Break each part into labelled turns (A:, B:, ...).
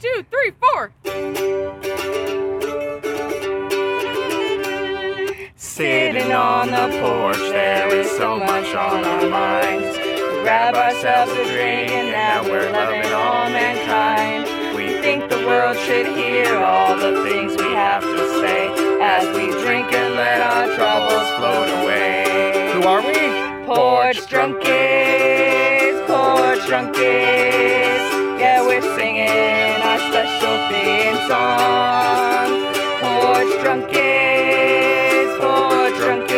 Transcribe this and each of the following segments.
A: two, three, four.
B: Sitting on the porch, there is so much on our minds. We grab ourselves a drink, and now we're loving all mankind. We think the world should hear all the things we have to say as we drink and let our troubles float away.
C: Who are we?
B: Porch drunkies, porch drunkies. Yeah, we're singing our special theme song. Porch drunkies, porch drunkies.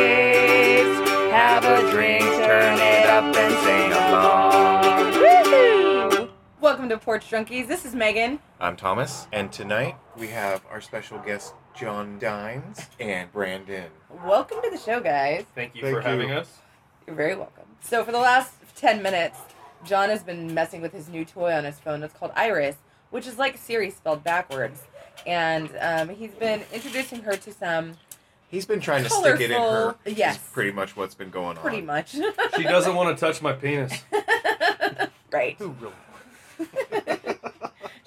B: Have a drink, turn it up, and sing along.
A: Woohoo! Welcome to Porch Junkies. This is Megan.
C: I'm Thomas, and tonight we have our special guest John Dines and Brandon.
A: Welcome to the show, guys.
D: Thank you
C: Thank
D: for
C: you.
D: having us.
A: You're very welcome. So for the last ten minutes, John has been messing with his new toy on his phone. That's called Iris, which is like Siri spelled backwards. And um, he's been introducing her to some
C: He's been trying to stick it in her.
A: Colorful, yes.
C: is pretty much what's been going
A: pretty
C: on.
A: much.
D: She doesn't want to touch my penis.
A: right.
C: Who really?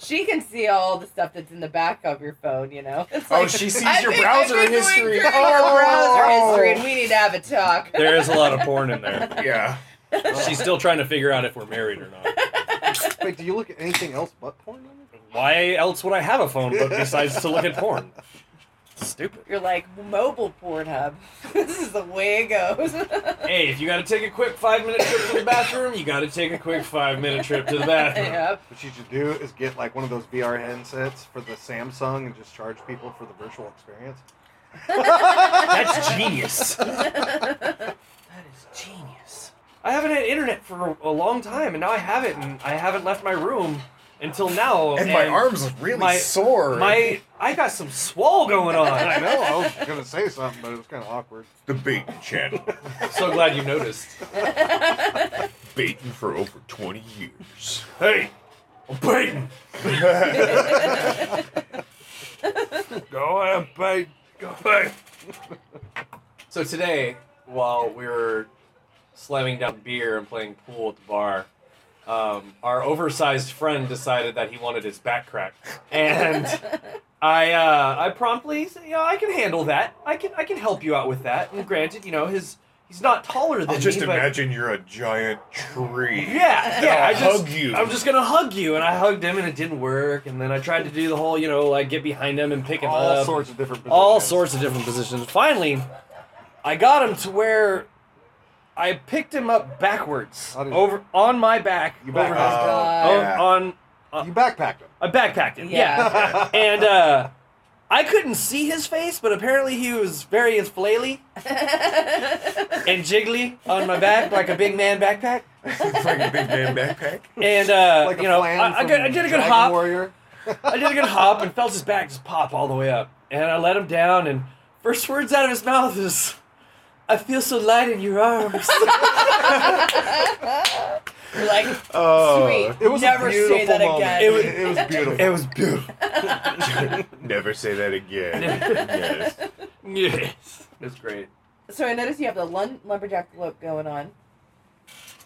A: She can see all the stuff that's in the back of your phone. You know. It's
C: Oh,
A: like-
C: she sees
A: I
C: your
A: think
C: browser
A: I've been doing
C: history.
A: great on Her browser
E: Oh.
A: history, and we need to have a talk.
D: There is a lot of porn in there.
C: Yeah.
D: She's still trying to figure out if we're married or not.
E: Wait, do you look at anything else but porn? on it?
D: Why else would I have a phone book besides to look at porn? Stupid.
A: You're like mobile Pornhub. this is the way it goes.
D: Hey, if you gotta take a quick five minute trip to the bathroom, you gotta take a quick five minute trip to the bathroom.
A: yep.
E: What you should do is get like one of those VR headsets for the Samsung and just charge people for the virtual experience.
D: That's genius. that is genius. I haven't had internet for a long time, and now I have it, and I haven't left my room until now.
C: And my arms are really
D: my-
C: sore.
D: My, I got some swole going on.
E: I know I was gonna say something, but it was kind of awkward.
C: the Bacon Channel.
D: So glad you noticed.
C: Baiting for over 20 years.
D: Hey, I'm baiting. Go ahead, bait. Go bait. So today, while we were slamming down beer and playing pool at the bar, um, our oversized friend decided that he wanted his back cracked, and I uh, I promptly said, "Yeah, I can handle that. I can I can help you out with that." And granted, you know his he's not taller than
C: I'll just
D: me, but-
C: imagine you're a giant tree.
D: yeah, yeah.
C: I'll
D: I just,
C: hug you.
D: I'm just gonna hug you, and I hugged him, and it didn't work. And then I tried to do the whole, you know, like get behind him and pick him
E: All
D: up,
E: sorts of different. Positions.
D: um, all sorts of different positions. Finally, I got him to where I picked him up backwards
E: How did-
D: over on my back,
E: You
D: over
E: back-
D: his,
E: Oh,
A: God.
D: on,
C: Uh, yeah.
D: on
E: You backpacked him.
D: I backpacked him.
A: Yeah.
D: yeah. and uh, I couldn't see his face, but apparently he was very flaily and jiggly on my back like a big man backpack.
C: It's like a big man backpack.
D: And uh,
E: Like a
D: you know,
E: flan
D: I, I,
E: from
D: got- I did a good
E: Dragon
D: hop.
E: Warrior.
D: I did a good hop and felt his back just pop all the way up. And I let him down, and first words out of his mouth is, "I feel so light in your arms."
A: You're like,
C: Oh,
A: sweet.
E: It was
A: Never
E: a beautiful
A: say that
E: moment.
A: again.
E: It was, it was beautiful.
D: was beautiful.
C: Uh, Never say that again. yes. Oh,
D: yes, it's great.
A: so I noticed you have the lun- lumberjack look going on.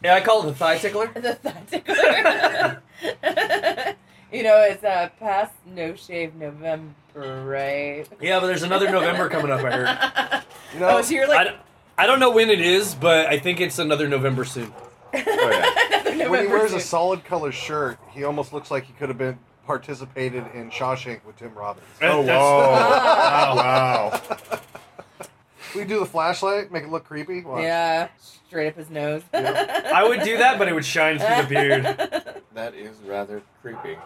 D: Yeah, I call it the thigh tickler.
A: The thought tickler. you know, it's uh, past no shave November, right?
D: Yeah, but there's another November coming up. I heard.
E: You
A: Oh,
E: know,
A: so you're
D: I,
A: like
D: d- I don't know when it is, but I think it's another November soon.
C: Oh, yeah.
A: November.
E: when he wears a
A: suit.
E: solid color shirt, he almost looks like he could have been participated in Shawshank with Tim Robbins.
C: Oh,
D: That's-
C: wow. wow.
E: We do the flashlight, make it look creepy. Watch.
A: Yeah, straight up his nose.
E: Yeah.
D: I would do that, but it would shine through the beard.
C: That is rather creepy.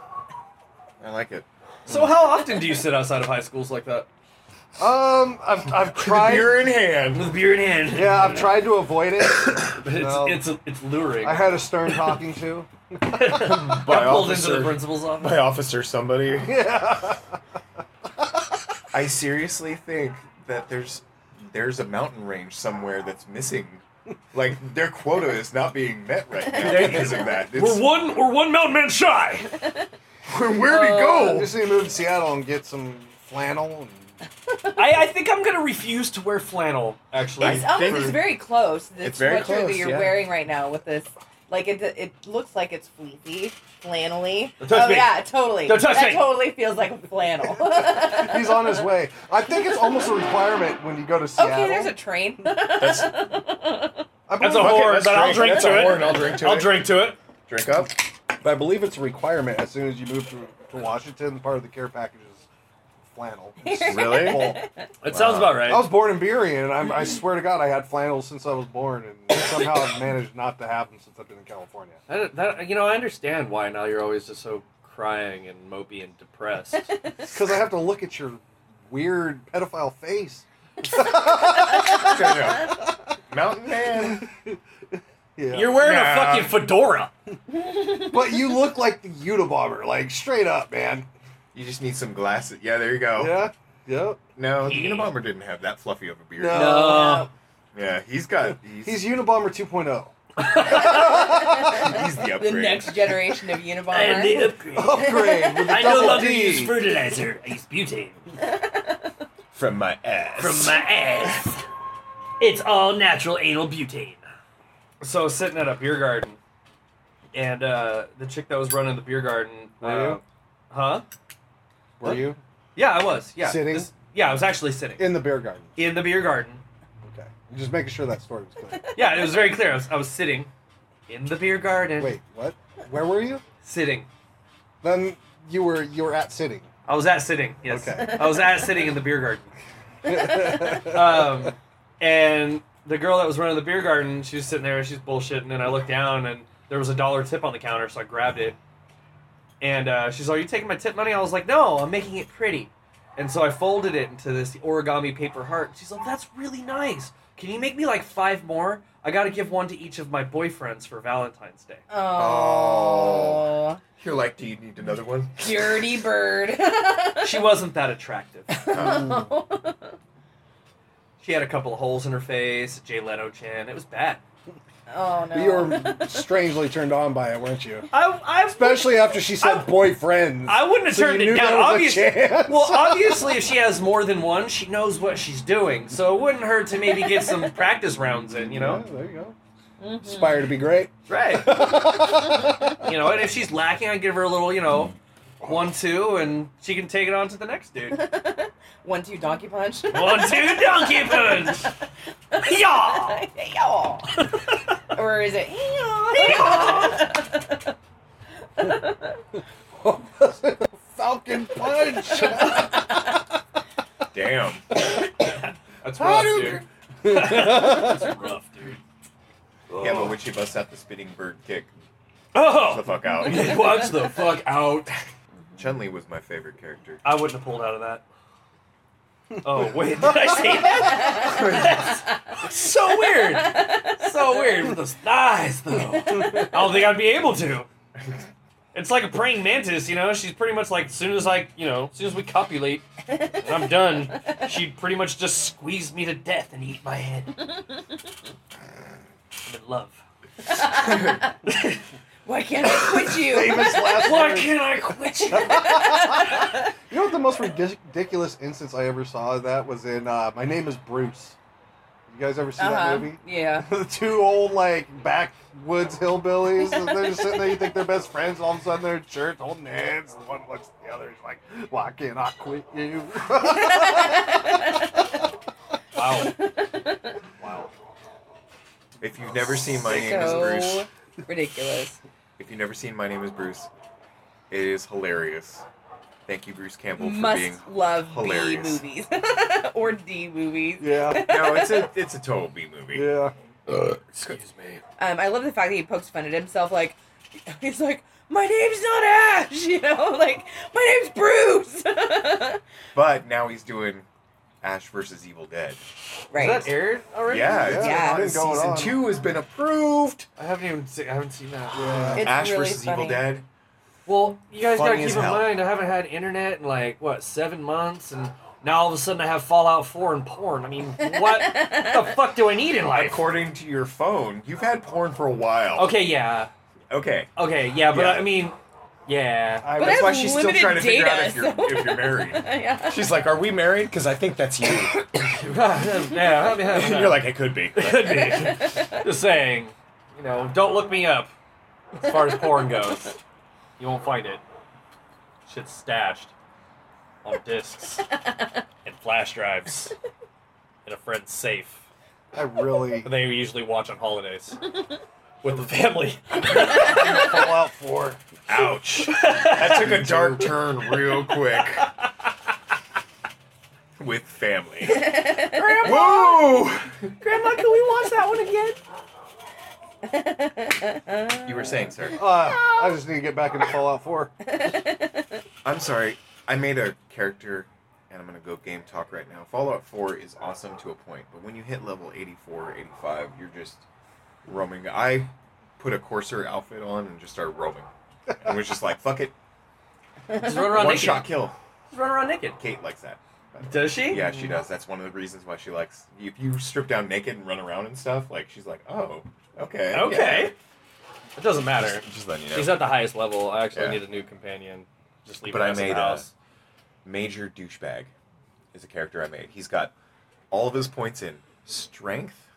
C: I like it.
D: So how often do you sit outside of high schools like that
E: Um, I've I've tried.
C: Beer in hand.
D: with beer in hand?
E: Yeah, I've tried to avoid it.
D: But it's
E: No.
D: it's it's luring.
E: I had a stern talking to.
C: By
D: got pulled into the
C: officer,
D: principal's office.
C: by officer somebody.
E: Yeah.
C: I seriously think that there's there's a mountain range somewhere that's missing. Like their quota is not being met right now
D: There-
C: because of that. It's,
D: We're one we're one mountain man shy.
C: where'd he
E: I
C: go?
E: just need to move to Seattle and get some flannel. And
D: I, I think I'm gonna refuse to wear flannel. Actually,
A: It's up. It's oh, very close. The
C: It's very
A: sweater that
C: close,
A: you're
C: yeah.
A: wearing right now with this Like it, it looks like it's fleecy, flannelly.
B: Don't touch
A: oh
B: me.
A: yeah, totally.
B: Don't touch me.
A: that totally feels like flannel.
E: He's on his way. I think it's almost a requirement when you go to Seattle.
A: Okay, there's a train.
E: I
D: That's
E: believe-
D: a
C: Fuck it,
D: horn,
C: let's
D: but I'll drink
C: That's
D: to
C: a
D: it.
C: horn, I'll drink to
D: I'll
C: it.
D: drink to it.
C: Drink up.
E: But I believe it's a requirement as soon as you move to, to Washington. Part of the care package is flannel. It's
C: Really?
E: full.
D: It sounds about right.
E: I was born in Berea, and I'm, I swear to God, I had flannels since I was born, and somehow I've managed not to have them since I've been in California.
B: That, that, you know, I understand why now you're always just so crying and mopey and depressed.
E: It's because I have to look at your weird pedophile face.
C: Okay, no. Mountain man.
E: Yeah.
D: You're wearing
C: Nah.
D: a fucking fedora.
E: but you look like the Unabomber, like straight up, man.
C: You just need some glasses. Yeah, there you go.
E: Yeah. Yep.
C: No, the Unabomber didn't have that fluffy of a beard.
E: No.
A: No.
C: Yeah, he's got. He's,
E: He's Unabomber oh. 2.0.
C: he's the
A: the
C: upgrade.
A: next generation of Unabomber.
D: upgrade.
E: Upgrade with a double D.
D: fertilizer. I use butane
C: From my ass.
D: ass. It's all natural anal butane. So sitting at a beer garden, and uh, the chick that was running the beer garden,
E: Were
D: uh,
E: you?
D: huh?
E: Were you
D: Yeah, I was. Yeah,
E: Sitting?
D: This- yeah, I was actually sitting
E: in the beer garden?
D: in the beer garden.
E: Okay. I'm just making sure that story was clear.
D: Yeah, it was very clear. I was, I was sitting in the beer garden.
E: Wait, what? Where were you?
D: sitting.
E: Then you were you were at sitting.
D: I was at sitting. Yes,
E: Okay.
D: I was at sitting in the beer garden.
E: um,
D: um, and the girl that was running the beer garden, she was sitting there, she's bullshitting, and I looked down, and there was a dollar tip on the counter, so I grabbed it. And uh, she's like, "Are you taking my tip money?" I was like, "No, I'm making it pretty." And so I folded it into this origami paper heart. She's like, "That's really nice. Can you make me like five more? I got to give one to each of my boyfriends for Valentine's Day."
A: Oh,
C: You're like, do you need another one?
A: dirty bird.
D: She wasn't that attractive.
E: Um,
A: Oh.
D: She had a couple of holes in her face, Jay Leno chin. It was bad.
A: Oh, no.
E: you were strangely turned on by it, weren't you?
D: I, I
E: Especially after she said
D: I-
E: boyfriends.
D: I wouldn't have
E: So you
D: turned it
E: knew
D: down.
E: there was a
D: Obviously,
E: chance.
D: well, obviously, if she has more than one, she knows what she's doing. So it wouldn't hurt to maybe get some practice rounds in, you know?
E: Yeah, there you go.
A: Mhm.
E: Aspire to be great.
D: Right. You know, and if she's lacking, I give her a little, you know, one, two, and she can take it on to the next dude.
A: One, two, donkey punch.
D: One, two, donkey punch. Yeah.
A: Yaw. or is it? yaw?
E: Falcon punch.
C: Damn.
B: That's
E: How
B: rough,
E: do
B: dude. That's rough, dude.
C: Yeah, but when she busts out the spinning bird kick, the
D: Oh!
C: fuck out.
D: Watch the fuck out.
C: Chun Li was my favorite character.
D: I wouldn't have pulled out of that. Oh, wait, did I say that? That's so weird. So weird with those thighs, though. I don't think I'd be able to. It's like a praying mantis, you know? She's pretty much like, as soon as I, you know, as soon as we copulate and I'm done, she'd pretty much just squeeze me to death and eat my head. I'm in love.
A: Why can't I quit you?
E: Famous last
D: Why
E: words.
D: can't I quit you?
A: Uh-huh.
E: You know what the most ridic- ridiculous instance I ever saw of that was in uh, My Name is Bruce. You guys ever see
A: Uh-huh.
E: that movie?
A: Yeah.
E: the two old like backwoods hillbillies and they're just sitting there you think they're best friends all of a sudden they're in church holding hands and one looks at the other is like why can't i quit you
D: Wow.
E: wow
C: If you've never seen My Name is Bruce,
A: so ridiculous.
C: if you've never seen My Name is Bruce, it is hilarious. Thank you, Bruce Campbell, for
A: Must
C: being.
A: love
C: hilarious.
A: B movies or D movies.
E: yeah
C: No, it's a it's a total B movie.
E: yeah
B: Excuse me.
A: Um, I love the fact that he pokes fun at himself. Like he's like, my name's not Ash, you know. Like my name's Bruce.
C: But now he's doing Ash versus Evil Dead.
A: right.
D: Is that aired already?
C: Yeah, it's
A: Yeah.
C: been-
E: Going
C: season
E: on.
C: two has been approved.
B: I haven't even seen, I haven't seen that.
E: yeah
A: It's
C: Ash
A: really
C: versus
A: funny.
C: Evil Dead.
D: Well, you guys
C: Funny
D: gotta
C: as
D: keep in
C: hell.
D: mind, I haven't had internet in like what seven months, and now all of a sudden I have Fallout Four and porn. I mean, what the fuck do I need in life?
C: According to your phone, you've had porn for a while.
D: Okay, yeah,
C: Okay.
D: okay, yeah, but
C: Yeah.
D: I mean, yeah,
E: I
A: But
E: was,
C: That's
A: I
C: why
A: have
C: she's still
A: limited
C: trying to figure out
A: data,
C: if you're,
A: so-
C: if you're married.
A: yeah.
C: She's like, "Are we married?" Because I think that's you.
D: yeah. I mean, I don't know.
C: you're like, "It could be."
D: could be. Just saying, you know, don't look me up.
B: As far as porn goes, you won't find it. Shit's stashed on discs and flash drives in a friend's safe
E: I really
B: that they usually watch on holidays with the family.
E: Fallout Four.
C: Ouch. That took a dark turn real quick. With family. Whoa!
B: Grandma, can we watch that one again?
C: You were saying, sir.
E: Uh, I just need to get back into Fallout Four.
C: I'm sorry. I made a character, and I'm gonna go game talk right now. Fallout 4 is awesome to a point, but when you hit level 84 or 85, you're just roaming. I put a Corsair outfit on and just started roaming. And was just like, fuck it,
B: Just run around
C: one
B: naked.
C: shot kill.
B: Just run around naked.
C: Kate likes that. by the way.
B: Does she?
C: Yeah, she does. That's one of the reasons why she likes. If you strip down naked and run around and stuff, like she's like, oh, okay,
B: Okay. It doesn't
C: yeah.
B: matter.
C: Just, just letting you know.
B: She's at the highest level. I actually
C: Yeah.
B: need a new companion. Just leave
C: But
B: her
C: I
B: ass in
C: made
B: the
C: a-
B: house.
C: Major douchebag is a character I made. He's got all of his points in strength,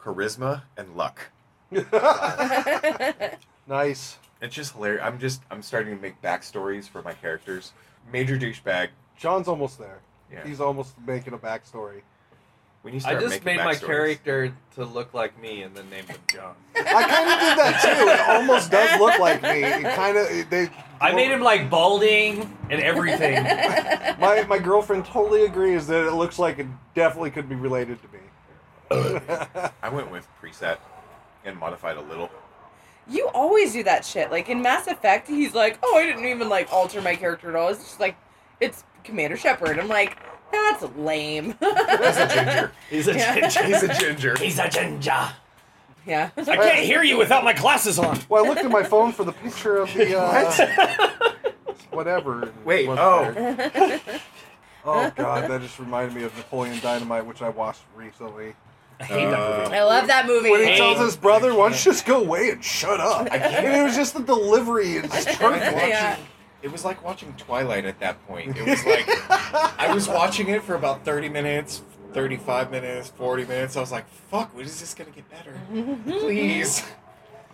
C: charisma, and luck.
E: nice.
C: It's just hilarious. I'm just I'm starting to make backstories for my characters. Major douchebag.
E: John's almost there.
C: Yeah.
E: He's almost making a backstory.
C: when you
B: I
C: start
B: just
C: making
B: made my
C: backstories-
B: character to look like me and then named him John.
E: I kind of did that too. It almost does look like me. It kind of they.
B: I made him like balding and everything.
E: My my girlfriend totally agrees that it looks like it definitely could be related to me.
C: I went with preset and modified a little.
A: You always do that shit. Like in Mass Effect, he's like, "Oh, I didn't even like alter my character at all. It's just like, it's Commander Shepard." I'm like, "That's lame."
C: He's a ginger.
B: He's a
A: Yeah.
B: ginger.
C: He's a ginger.
B: He's a ginger. I
A: yeah.
B: can't hear you without my glasses on.
E: well, I looked at my phone for the picture of the uh, whatever. and it
C: Wait,
E: wasn't
C: oh.
E: there. oh god, that just reminded me of Napoleon Dynamite, which I watched recently.
B: I hate
C: Uh,
B: that movie.
A: I love that movie.
E: When he
B: Hey.
E: tells his brother, "Why don't you just go away and shut up?"
C: I can't.
E: And it was just the delivery and just trying to watch
A: Yeah.
C: It was like watching Twilight at that point. It was like I was watching it for about thirty minutes, thirty-five minutes, forty minutes. I was like, "Fuck, when is this gonna get better? Please."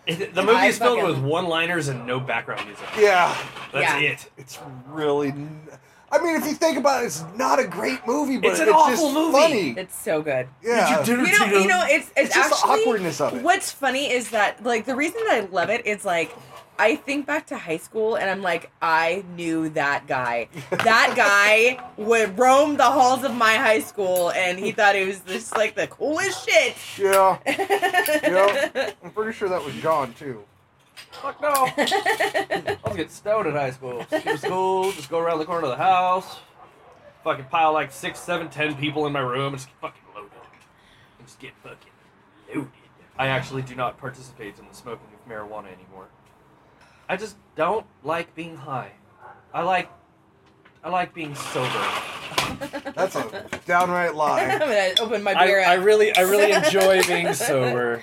B: It- The
A: I
B: movie's filled
A: fucking-
B: with one-liners and no background music.
E: Yeah,
B: That's
A: Yeah.
B: it.
E: it's really. n- I mean, if you think about it, it's not a great movie, but
B: It's
E: it's,
B: an
E: just
B: awful movie.
E: funny.
A: It's so good.
E: yeah.
B: Did you
A: You know, you know, it's it's,
E: It's just the
A: actually-
E: awkwardness of it.
A: What's funny is that like the reason that I love it is like I think back to high school and I'm like I knew that guy. That guy would roam the halls of my high school and he thought it was just like the coolest shit.
E: yeah, yeah. I'm pretty sure that was John too.
B: Fuck no. I was getting stoned in high school. Skip school, just go around the corner of the house, fucking pile like six, seven, ten people in my room, and just get fucking loaded. And just get fucking loaded. I actually do not participate in the smoking of marijuana anymore. I just don't like being high. I like, I like being sober.
E: That's a downright
A: I'm
E: lie.
A: gonna open my
B: I,
A: beer
B: I
A: up.
B: really, I really enjoy being sober.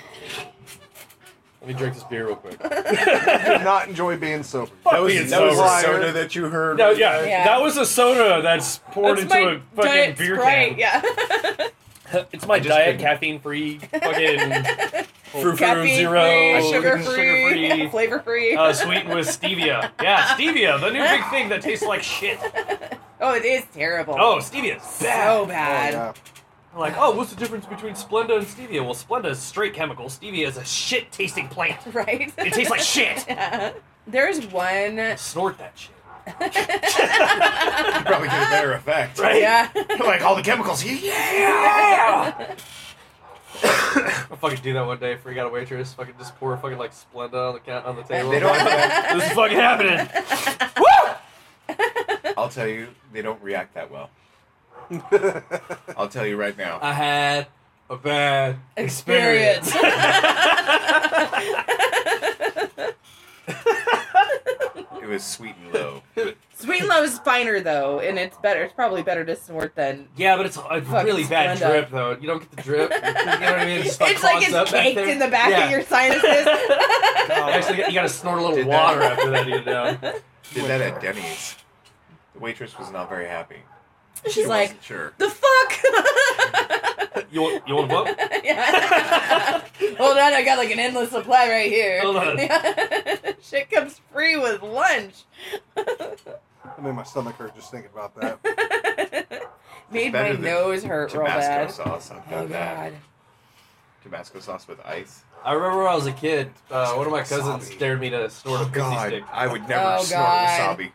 B: Let me drink this beer real quick.
E: I do not enjoy being sober.
B: Fuck being
E: that was
B: sober.
E: a sober.
C: that you heard.
D: No, yeah,
A: Yeah.
D: that was a soda that's poured
A: That's
D: into
A: my
D: a fucking
A: diet
D: beer
A: Sprite,
D: can.
A: Yeah.
D: It's my
C: just
D: diet
C: couldn't-
D: caffeine free fucking frou frou
A: Caffeine free,
D: zero,
A: sugar
D: sugar-free,
A: free, flavor free.
D: uh, sweetened with stevia. Yeah, stevia, the new big thing that tastes like shit.
A: oh, it is terrible.
D: Oh, stevia's bad.
A: so bad.
E: yeah.
D: I'm like, oh, what's the difference between Splenda and stevia? Well, Splenda is straight chemical. Stevia is a shit tasting plant.
A: Right.
D: It tastes like shit.
A: There's one.
D: Snort that shit.
C: probably get a better effect.
D: Right?
A: Yeah.
C: like all the chemicals. Yeah.
D: Yeah! I'll fucking do that one day. Freak out a waitress. Fucking just pour fucking like Splenda on the cat on the table.
C: They don't.
D: this is fucking happening.
C: I'll tell you, they don't react that well. I'll tell you right now.
D: I had a bad
A: Experience.
C: It was sweet and low.
A: Sweet and Low is finer though, and it's better. It's probably better to snort than.
D: yeah, but it's a really bad
A: Splenda.
D: drip though. You don't get the drip. You know what I mean? It just,
A: It's like
D: clogs up
A: it's
D: back
A: caked
D: there.
A: in the back
D: Yeah. Oh,
A: of your sinuses.
D: Actually, you gotta snort a little
C: Did that.
D: water after that. You know.
C: Did that at Denny's. The waitress was not very happy.
A: She's
C: She
A: like,
C: wasn't sure.
A: the fuck?
D: You want, you want what?
A: yeah. Hold on, I got like an endless supply right here.
D: Hold on.
A: Shit comes free with lunch.
E: I made my stomach hurt just thinking about that.
A: Made
C: better
A: my
C: than
A: nose hurt real
C: Tabasco
A: bad.
C: sauce. I've
A: Oh
C: done that.
A: god.
C: Tabasco sauce with ice.
D: I remember when I was a kid, uh, one of my cousins
C: Wasabi.
D: dared me to snort a
C: Oh
D: pixie
C: god,
D: stick.
C: I would never
A: Oh,
C: snort
A: God.
C: wasabi.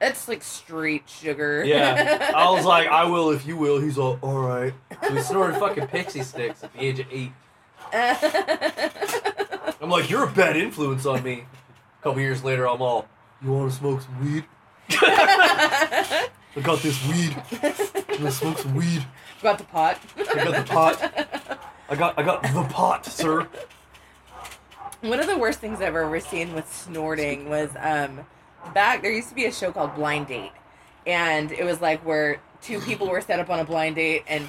A: That's like straight sugar.
D: Yeah, I was like, I will if you will. He's all, all right. So we snorted fucking pixie sticks at the age of eight. I'm like, you're a bad influence on me. A couple years later, I'm all, you want to smoke some weed? I got this weed. I'm gonna smoke some weed.
A: Got the pot.
D: I got the pot. I got, I got the pot, sir.
A: One of the worst things I've ever seen with snorting was um back there used to be a show called Blind Date, and it was like where two people were set up on a blind date, and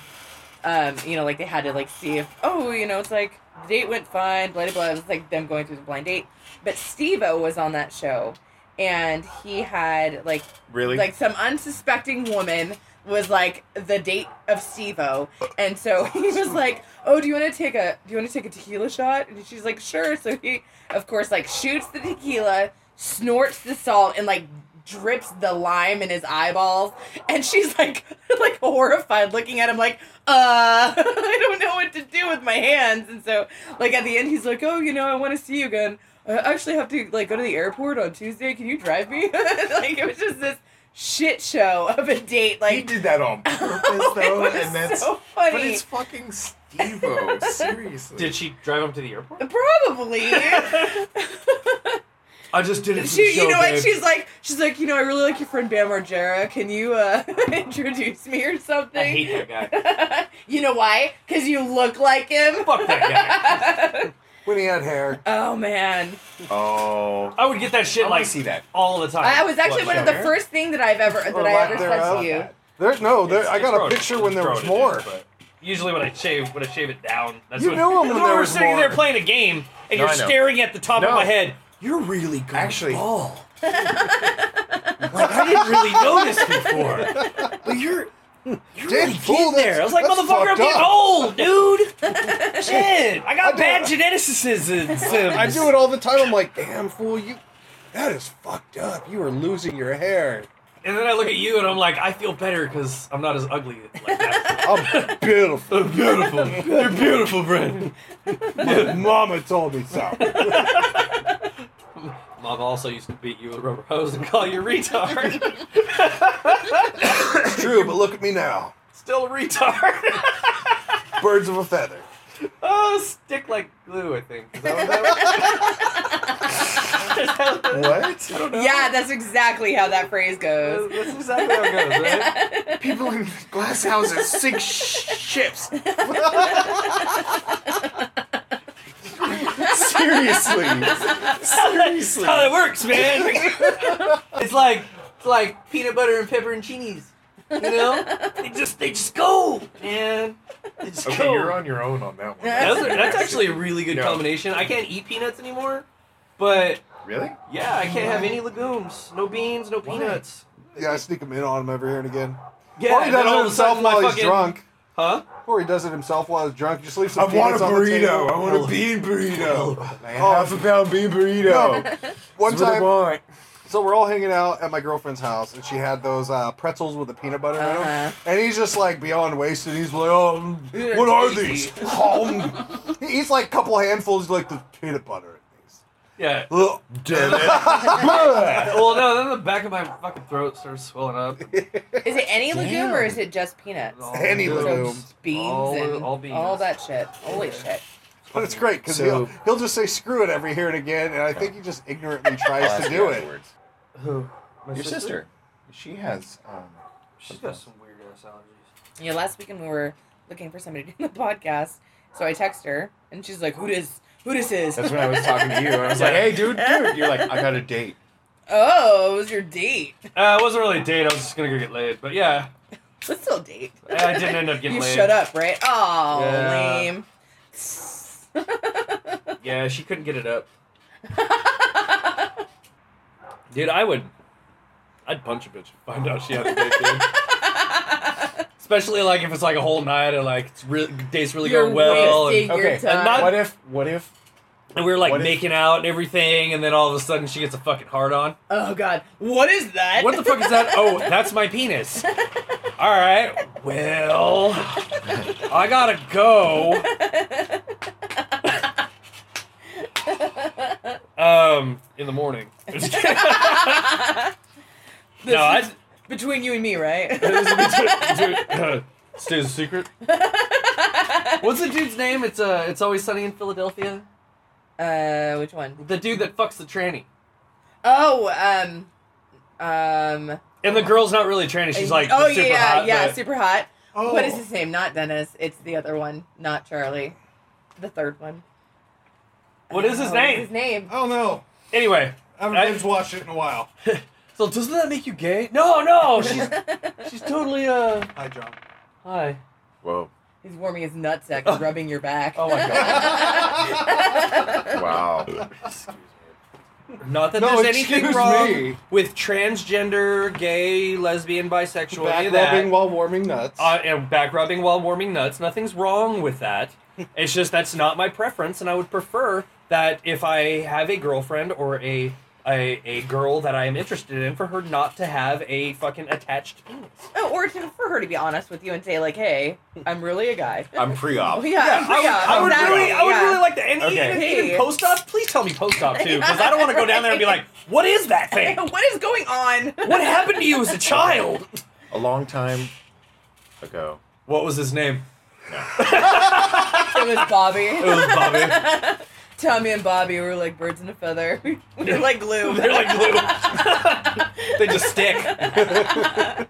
A: um you know like they had to like see if oh you know it's like the date went fine blah blah blah it was like them going through the blind date, but Steve-O was on that show, and he had like
C: Really?
A: like some unsuspecting woman was like the date of Stevo, and so he was like, "Oh, do you want to take a do you want to take a tequila shot?" And she's like, "Sure." So he, of course, like shoots the tequila, snorts the salt, and like drips the lime in his eyeballs, and she's like, like horrified, looking at him like, "Uh, I don't know what to do with my hands." And so, like at the end, he's like, "Oh, you know, I want to see you again." I actually have to like go to the airport on Tuesday. Can you drive me? like it was just this shit show of a date.
C: he
A: Like
C: did that on purpose
A: it
C: though,
A: was
C: and that's
A: so
C: but
A: funny.
C: it's fucking Stevo. Seriously.
D: Did she drive him to the airport?
A: Probably.
D: I just did it for the
A: she,
D: show,
A: you know
D: babe.
A: what? She's like, she's like, you know, I really like your friend Bam Margera. Can you uh, introduce me or something?
D: I hate that guy.
A: you know why? Because you look like him.
D: Fuck that
A: guy.
E: when he had hair.
A: oh man.
C: Oh.
D: I would get that shit
C: I
D: like
C: see that.
D: all the time.
A: I I was actually
D: What
A: one of the
D: show?
A: first thing that I've ever that
E: Or
A: I
E: lack
A: ever
E: thereof.
A: said to you.
E: There's no, there,
D: It's-
E: I
D: it's
E: got a
D: broad-
E: picture
D: it's
E: when there was
D: broad
E: more.
D: it is, but usually when I shave, when I shave it down, that's
E: You
D: when,
E: knew 'em when
D: that's
E: there
D: we're
E: was
D: sitting
E: more.
D: there playing a game and
C: No,
D: you're
C: I know.
D: staring at the top of
C: No.
D: my head. You're really good.
C: Actually-
D: ball. like I didn't really know this before, but you're you're
E: Dude,
D: really
E: fool,
D: getting there. I
E: that's-
D: was like,
E: that's
D: motherfucker, I'm
E: fucked
D: getting
E: up.
D: old, dude. Shit, I
E: I
D: got
E: do-
D: bad geneticism.
E: I do it all the time. I'm like, damn fool, you. That is fucked up. You are losing your hair.
D: and then I look at you and I'm like, I feel better because I'm not as ugly like that.
E: I'm beautiful.
D: You're beautiful. You're beautiful, Brent.
E: My mama told me so.
D: Mom also used to beat you with rubber hose and call you retard.
E: It's true, but look at me now.
D: Still a retard.
E: Birds of a feather.
D: oh, stick like glue, I think. Is that what that was?
E: What?
D: I don't know.
A: Yeah, that's exactly how that phrase goes.
D: That's exactly how it goes, right?
C: People in glass houses sink sh- ships. Seriously.
D: That's how it works, man. it's like it's like peanut butter and pepperoncinis. You know? They just they just go, man. They just
C: Okay,
D: go.
C: you're on your own on that one.
D: That's, that's actually a really good
C: No.
D: combination. I can't eat peanuts anymore, but
C: really.
D: yeah, I can't have any legumes, no beans, no peanuts.
E: Yeah, I sneak them in on him every here and again.
D: Yeah,
E: or he
D: and then
E: does
D: all
E: it
D: of a sudden
E: himself
D: my
E: while he's
D: fucking-
E: drunk.
D: Huh?
E: Or he does it himself while he's drunk. Just leave some
C: I want a
E: peanuts on the
C: burrito.
E: table.
C: I want a
D: Hello.
C: bean burrito.
E: Oh.
C: Half a pound bean burrito.
E: No. One
C: That's what I
E: time,
C: want.
E: so we're all hanging out at my girlfriend's house, and she had those uh, pretzels with the peanut butter in
A: Uh-huh.
E: them. And he's just like beyond wasted. He's like, um,
A: They're
E: what are
A: tasty."
E: these? Um, he eats like a couple handfuls, like the peanut butter in these.
D: Yeah.
E: Ugh.
C: Damn it.
D: Well, no, then the back of my fucking throat starts swelling up.
A: Is it any legume or is it just peanuts?
D: All
E: Any
D: the-
A: So
E: legume.
A: just beans
D: All-
A: and
D: all beans.
A: all that shit. Holy shit.
E: But it's great because
C: So-
E: he'll, he'll just say screw it every here and again, and I think he just ignorantly tries to do it.
D: Who? My
C: Your sister. She has. Um,
D: She's got some weird ass allergies.
A: Yeah, last weekend we were looking for somebody to do the podcast, so I text her and she's like, "Who this? Who this is?"
C: that's when I was talking to you, and I was like, "Hey, dude, dude." You're like, "I got a date."
A: Oh, it was your date.
D: Uh, it wasn't really a date. I was just gonna go get laid. But yeah,
A: Let's still date.
D: I didn't end up getting
A: You
D: laid.
A: shut up, right? Oh,
D: Yeah.
A: lame.
D: Yeah, she couldn't get it up. Dude, I would. I'd punch a bitch and find out she had a date. Dude. Especially like if it's like a whole night and like it's really days really
A: You're
D: going well.
A: wasting
D: And,
A: your
D: okay,
A: time.
D: and not
F: What if? What if?
D: and we were like
C: What if-
D: making out and everything, and then all of a sudden she gets a fucking hard on.
A: Oh God, what is that?
D: What the fuck is that? Oh, that's my penis. All right. Well, I gotta go. Um, in the morning. no,
A: This
D: I.
A: is between you and me, right?
D: Stays a secret. What's the dude's name? It's uh, it's always sunny in Philadelphia.
A: uh, which one?
D: The dude that fucks the tranny.
A: Oh, um, um.
D: And the girl's not really a tranny. She's like
A: oh
D: super
A: yeah,
D: hot,
A: yeah,
D: but-
A: super hot.
E: Oh,
A: What is his name? Not Dennis. It's the other one, not Charlie. The third one.
D: What is his
A: Oh, what's
D: name?
A: His name.
E: I don't know.
D: Anyway,
E: I haven't
D: I-
E: binge watched it in a while.
D: so doesn't that make you gay? No, no, Oh, she's she's totally uh.
E: Hi, John.
D: Hi.
C: Whoa.
A: He's warming his nutsack, and rubbing your back.
D: Oh my
A: god.
C: Wow.
D: Not that
E: No,
D: there's anything
E: excuse
D: wrong
E: me.
D: with transgender, gay, lesbian, bisexual, any
E: Back
D: of that.
E: rubbing while warming nuts.
D: uh, and back rubbing while warming nuts. Nothing's wrong with that. It's just that's not my preference, and I would prefer that if I have a girlfriend or a a, a girl that I am interested in, for her not to have a fucking attached penis.
A: Oh, or to, for her to be honest with you and say like, "Hey, I'm really a guy."
C: I'm pre-op.
A: Well, yeah, I'm
D: I would,
A: pre-op,
D: I would
A: exactly,
D: really, I would
A: yeah.
D: really like to. And
C: Okay.
D: even, even post op, please tell me post op too, because I don't want to go down there and be like, "What is that thing?
A: what is going on?
D: What happened to you as a child?"
C: A long time ago.
D: What was his name?
A: It was Bobby.
D: It was Bobby.
A: Tommy and Bobby were like birds in a feather. We were like glue.
D: They're like glue. they just stick.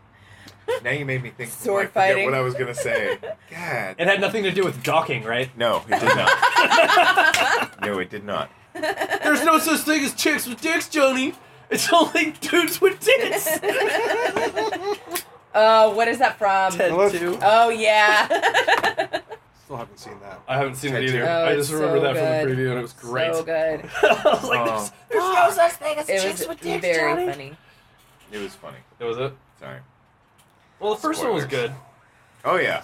C: Now you made me think.
A: Sword
C: I forget
A: fighting.
C: What I was gonna say. God.
D: It had nothing to do with docking, right?
C: No, it did not. no, it did not.
D: There's no such thing as chicks with dicks, Johnny. It's only dudes with dicks.
A: Oh, what is that from?
E: Hello?
D: Tattoo.
A: Oh yeah.
E: Still haven't seen that.
D: I haven't seen
C: Ted
D: it either.
C: two.
A: Oh,
D: I
A: it's
D: just remember
A: so
D: that from
A: good.
D: the preview, and it was great.
A: So good.
D: I was like,
C: Oh.
D: "There's, there's no such."
A: It was very funny.
C: It was funny.
D: That was it.
C: Sorry.
D: Well, the first one was
C: Spoilers.
D: good.
C: Oh yeah.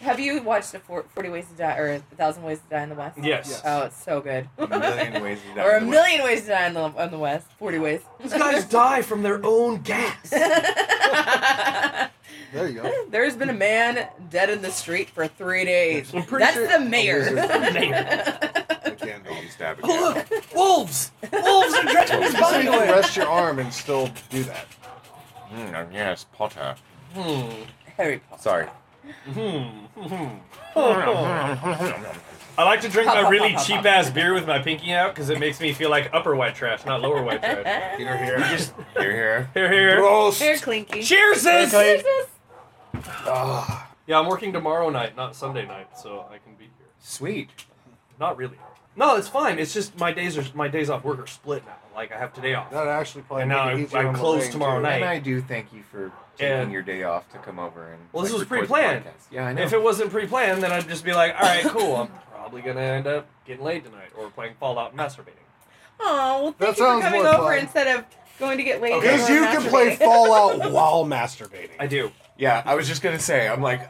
A: Have you watched the four- Forty Ways to Die or A Thousand Ways to Die in the West?
D: Yes.
E: Yes.
A: Oh, it's so good.
C: A million ways to die.
A: or a
C: in the West.
A: million ways to die in the, on the West. Forty ways.
D: These guys die from their own gas.
E: There you go.
A: There's been a man dead in the street for three days.
D: I'm pretty
A: That's
D: sure-
A: the mayor.
E: I can't.
C: And you stab again.
D: Oh look, wolves! Wolves are drenching his
E: So
D: body
E: you can
D: away.
E: rest your arm and still do that.
C: Mm, yes, Potter.
D: Hmm.
A: Harry Potter.
C: Sorry.
D: Hmm. Hmm.
C: That's
D: I like to drink my
A: Pop, pop,
D: really
A: pop, pop,
D: cheap ass beer with my pinky out because it makes me feel like upper white trash, not lower white trash.
E: You're here. Just
C: You're here.
D: Here, here.
C: Oh,
E: gross.
A: Hair clinky.
D: Cheers, sis!
A: Cheers, sis.
E: Ah,
D: Yeah, I'm working tomorrow night, not Sunday night, so I can be here.
C: Sweet.
D: Not really. No, it's fine. It's just my days are my days off work are split now. Like I have today off.
E: that actually probably.
D: And now
E: made it
D: I-
E: easier
D: I
E: on the
D: close
E: thing,
D: tomorrow
E: too.
D: night.
C: And I do thank you for taking
D: And-
C: your day off to come over and.
D: Well, this was
C: record the
D: pre-planned.
C: podcast. Yeah, I know.
D: If it wasn't pre-planned, then I'd just be like, all right, cool. I'm probably gonna end up getting laid tonight or playing Fallout and masturbating.
A: Aw, well, thank
E: That
A: you for
E: sounds
A: coming
E: more
A: over
E: fun.
A: instead of going to get laid.
D: Okay.
E: Because you can play Fallout while masturbating.
D: I do.
C: yeah, I was just gonna say. I'm like,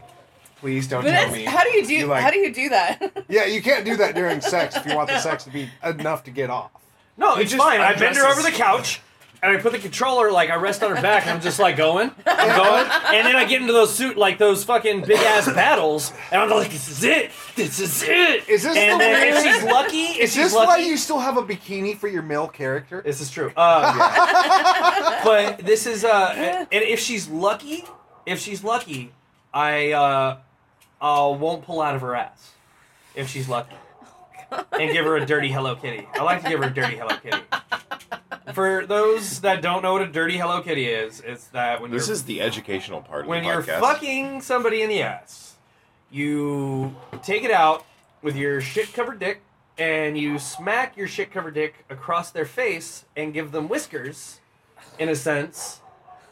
C: please don't
A: But
C: tell
A: that's,
C: me.
A: how do you do?
C: You like-
A: how do you do that?
E: Yeah, you can't do that during sex if you want the sex to be enough to get off.
D: No,
C: He
D: it's
C: just
D: fine. I bend her over
C: undresses.
D: the couch. And I put the controller like I rest on her back, and I'm just like going, I'm going, and then I get into those suit like those fucking big ass battles, and I'm like, this is it, this is it.
E: Is this
D: and
E: the
D: then if
E: way-
D: she's lucky, if
E: Is
D: she's
E: this
D: lucky,
E: why you still have a bikini for your male character?
D: This is true. Uh, but this is uh, and if she's lucky, if she's lucky, I uh, I won't pull out of her ass if she's lucky, and give her a dirty Hello Kitty. I like to give her a dirty Hello Kitty. For those that don't know what a dirty Hello Kitty is, it's that when
C: This
D: you're
C: is the educational part of
D: when
C: the
D: you're
C: podcast.
D: fucking somebody in the ass, you take it out with your shit covered dick and you smack your shit covered dick across their face and give them whiskers, in a sense,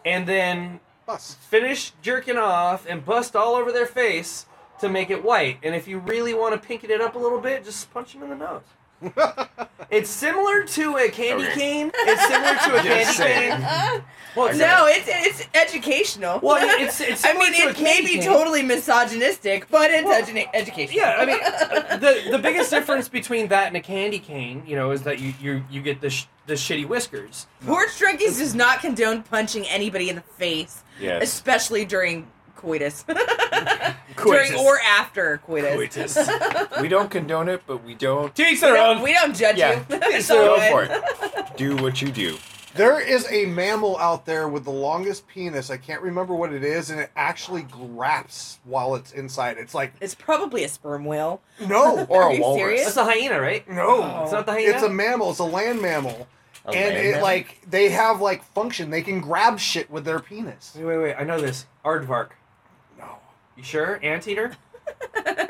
D: and then
E: Us.
D: finish jerking off and bust all over their face to make it white. And if you really want to pinken it up a little bit, just punch them in the nose. It's similar to a candy
C: Okay.
D: cane. It's similar to a candy
C: Just saying.
D: cane.
A: Uh,
D: Well, it's-
A: no, it's it's educational.
D: Well, I mean, it's- it's
A: I
D: similar
A: mean,
D: to a
A: it may
D: candy
A: be
D: cane.
A: totally misogynistic, but it's
D: Well,
A: edu- educational.
D: Yeah, I mean, uh, the the biggest difference between that and a candy cane, you know, is that you you, you get the sh- the shitty whiskers.
A: Porch Drunkies does not condone punching anybody in the face,
C: Yes.
A: especially during coitus. during or after coitus.
C: Coitus. we don't condone it, but we don't.
D: to each
A: We
D: their
A: don't,
D: own.
A: we don't judge
C: Yeah.
A: you. It's
D: So
A: all
C: Go
A: good.
C: for it. Do what you do.
E: There is a mammal out there with the longest penis. I can't remember what it is, and it actually grasps while it's inside. It's like
A: It's probably a sperm whale.
E: no,
C: Or
A: Are
C: a
A: you
C: walrus.
A: serious? Oh.
D: That's a hyena, right?
E: no.
D: It's not the hyena.
E: It's a mammal. It's a land mammal,
C: A
E: and
C: land
E: it
C: mammal?
E: like they have like function. They can grab shit with their penis.
D: Wait, wait, wait. I know this. Aardvark.
E: No,
D: You sure? Anteater?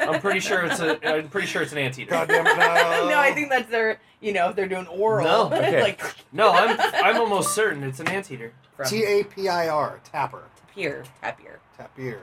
D: I'm pretty sure it's a. I'm pretty sure it's an anteater.
E: goddamn it, no.
A: no, I think that's their, you know, if they're doing oral.
D: No,
C: okay.
A: like,
D: No, I'm. I'm almost certain it's an anteater.
A: from
E: T A P I R tapper
A: tapir, tapir.
E: tapir.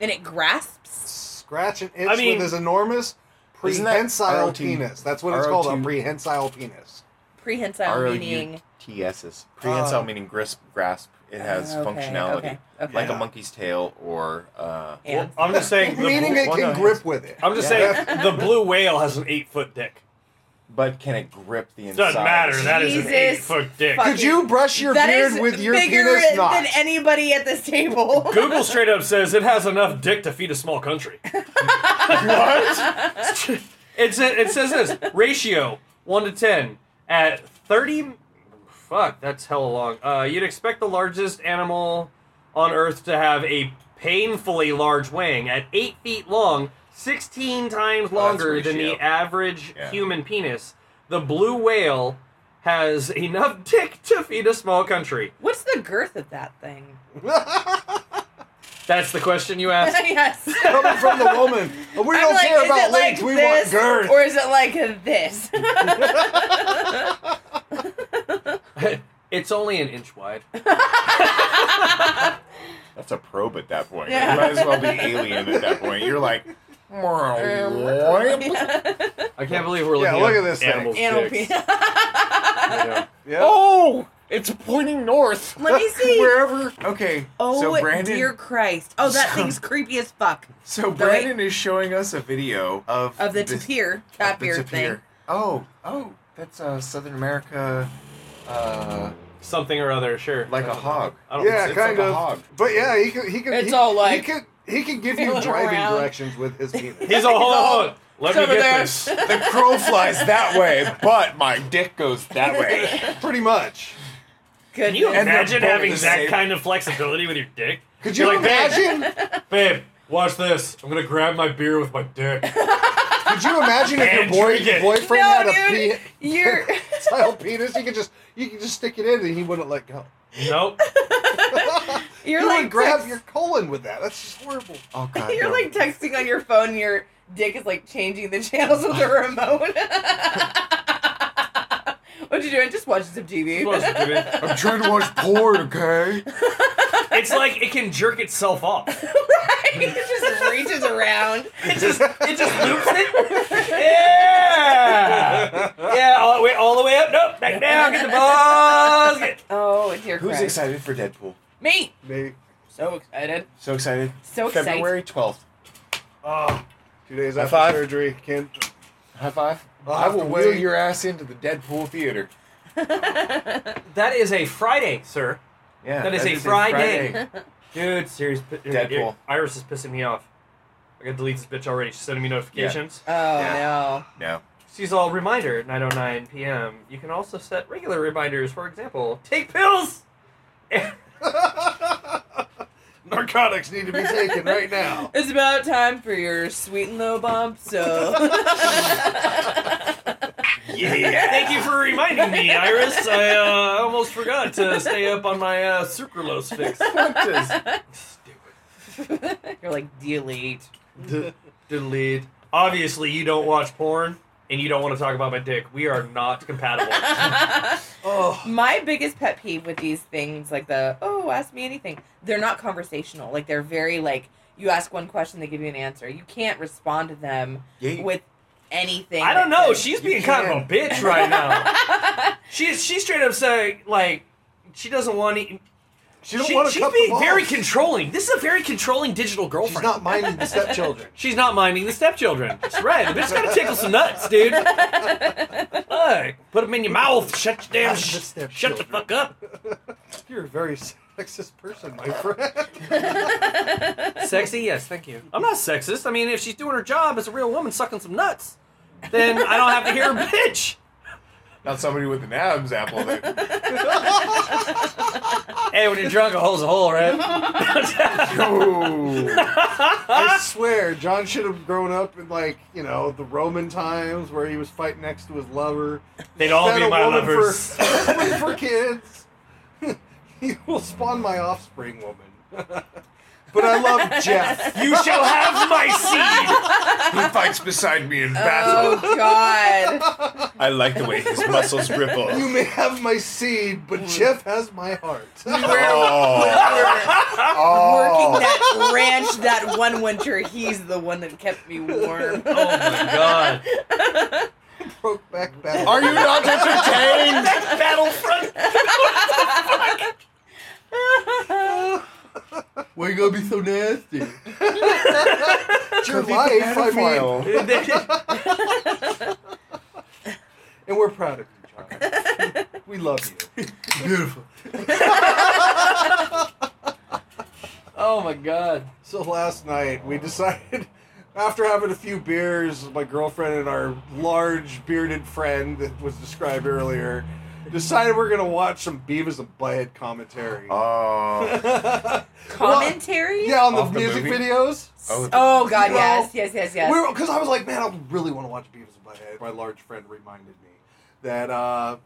A: And it grasps.
E: Scratch an itch
D: I mean-
E: with his enormous
C: Isn't that
E: prehensile
C: ROT?
E: penis. That's what it's called, a
C: ROT?
E: prehensile penis.
A: Prehensile
C: R O U
A: meaning. Oh.
C: T S S. Prehensile
E: Uh,
C: meaning grasp. Grasp. It has
A: Okay,
C: functionality,
A: Okay, okay.
C: like
E: Yeah.
C: a monkey's tail or. Uh,
A: And-
D: I'm just saying. The
E: Meaning
D: blue,
E: it
C: one
E: can
C: of
E: grip
C: his-
E: with it.
D: I'm just
E: Yeah.
D: saying the blue whale has an eight foot dick.
C: but can it grip the inside?
D: Doesn't matter. That is an
A: Jesus
D: eight foot dick.
A: fuck.
E: Could you brush your
A: That
E: beard
A: is
E: with your
A: bigger
E: penis not?
A: than anybody at this table.
D: Google straight up says it has enough dick to feed a small country. what? It says, it says this ratio one to ten at thirty. Fuck, that's hella long. Uh, you'd expect the largest animal on Earth to have a painfully large wing at eight feet long, sixteen times longer than the
C: Oh, ratio.
D: average
C: Yeah.
D: human penis. The blue whale has enough dick to feed a small country.
A: What's the girth of that thing?
D: That's the question you asked.
A: yes.
E: Coming from the woman. We
A: I'm
E: don't
A: like,
E: care
A: is
E: about
A: it like
E: length, we want
A: this,
E: girth.
A: or is it like this?
D: it's only an inch wide.
C: That's a probe at that point.
A: Yeah.
C: You might as well be alien at that point. You're like,
A: Um, Yeah.
D: I can't believe we're
E: Yeah,
D: looking
E: look
D: at,
E: at this thing.
D: animals.
A: Animal
D: dicks.
A: penis.
D: I know.
E: Yeah.
C: oh, it's pointing north.
A: Let me see.
C: Wherever. Okay.
A: Oh
C: so Brandon.
A: dear Christ! Oh, that
C: So-
A: thing's creepy as fuck.
C: So
A: No, wait.
C: Brandon is showing us a video of
A: Of the
C: this-
A: tapir,
C: of the
A: tapir thing.
C: Oh, oh, that's uh, Southern America, uh,
D: Something or other, sure.
C: like
D: I
C: a
D: don't know.
C: hog.
D: I don't
E: Yeah,
C: It's- it's
E: kind
C: like a
E: of.
C: hog.
E: But yeah, he could. He could
A: It's
E: he,
A: all like-
E: He could, he could give you
A: Feeling
E: driving
A: around.
E: directions with his penis.
D: He's a hold on, hold on. Let
A: It's
D: me
A: over
D: get
A: there.
D: this.
C: The crow flies that way, but my dick goes that way.
E: Pretty much.
A: Good.
D: Can you
C: And they're
D: imagine
C: both
D: having
C: the
D: that
C: same.
D: kind of flexibility with your dick?
E: Could you
D: You're like, "Babe,
E: imagine?
D: Babe, watch this. I'm gonna grab my beer with my dick.
E: could you imagine if your
D: And
E: boy,
D: drink it.
E: boyfriend
A: no,
E: had
A: dude,
E: a
A: you're.
E: prehensile penis? You could just you could just stick it in and he wouldn't let go.
D: nope.
A: You're
E: you
A: like
E: would grab
A: text-
E: your colon with that. That's just horrible.
C: Oh god.
A: You're
C: no.
A: like texting on your phone. and Your dick is like changing the channels with the remote. what you doing? Just watching some TV.
D: it's
C: I'm trying to watch porn, okay?
D: like it can jerk itself off.
A: it just reaches around.
D: It just it just loops it. Yeah. Yeah. All, wait, all the way up. Nope. Back down. Get the balls. Get...
A: Oh dear
C: Who's
A: Christ!
C: excited for Deadpool?
A: Me.
E: Maybe
A: So excited.
C: So excited.
A: So excited.
C: February twelfth.
E: oh, two days
C: High
E: after
C: five.
E: surgery. Can't.
C: High five.
E: I'll
C: I
E: have
C: will
E: to
C: wheel
E: wait.
C: your ass into the Deadpool theater.
D: That is a Friday, sir.
C: Yeah.
D: That is a Friday. Dude, serious. pi-
C: Deadpool.
D: Iris is pissing me off. I gotta delete this bitch already. She's sending me notifications.
A: Oh no.
C: No.
D: She's all reminder oh at 9.09 p.m. You can also set regular reminders. For example, take pills!
E: Narcotics need to be taken right now.
A: It's about time for your sweet and low bump, so.
D: Yeah. Thank you for reminding me, Iris. I uh, almost forgot to stay up on my uh, sucralose fix.
C: What does-
D: Stupid.
A: You're like, delete.
D: D- delete. Obviously, you don't watch porn, and you don't want to talk about my dick. We are not compatible.
E: Oh,
A: My biggest pet peeve with these things, like the, oh, ask me anything, they're not conversational. Like, they're very, like, you ask one question, they give you an answer. You can't respond to them
C: Yeah, you-
A: with anything.
D: I don't
A: that
D: know.
A: could-
D: She's
C: You
D: being kind of a bitch right now. she's she's straight up saying like she doesn't want to.
E: She don't
D: she-
E: want to
D: she's
E: cut the
D: being
E: balls.
D: very controlling. This is a very controlling digital girlfriend.
E: She's not minding the stepchildren.
D: She's not minding the stepchildren. That's right. The bitch gotta tickle some nuts, dude. Look, put them in your mouth. Shut your damn.
E: Not the
D: Sh-
E: stepchildren.
D: shut the fuck up.
E: You're a very sexist person, my friend.
D: Sexy? Yes, thank you. I'm not sexist. I mean, if she's doing her job as a real woman sucking some nuts, then I don't have to hear her bitch.
C: Not somebody with an Adam's apple. That,
D: Hey, when you're drunk, a hole's a hole, right?
C: oh,
E: I swear, John should have grown up in like you know the Roman times where he was fighting next to his lover.
D: They'd all
E: Fed
D: be
E: a
D: my
E: woman
D: lovers.
E: For, woman for kids. you will spawn my offspring, woman. but I love Jeff.
D: you shall have my seed.
C: he fights beside me in battle.
A: Oh God!
C: I like the way his muscles ripple.
E: You may have my seed, but Jeff has my heart.
C: Oh,
A: Working
E: Oh.
A: that ranch that one winter, he's the one that kept me warm.
D: Oh my god.
E: broke back battle.
C: are you not entertained?
D: Battlefront.
E: Why you gonna be so nasty? it's your life, I mean,
C: Pedophile.
E: and we're proud of you, John. we love you. Beautiful.
D: oh my god.
E: So last night we decided, after having a few beers, my girlfriend and our large bearded friend that was described earlier, decided we're gonna watch some Beavis and Butthead commentary.
C: Oh,
A: Commentary?
E: yeah, on the
C: Off the
E: music
C: movie?
E: videos.
C: oh,
A: Oh God!
E: Well,
A: Yes, yes, yes, yes.
E: Because I was like, man, I really want to watch Beavis and Butthead. My large friend reminded me that, uh,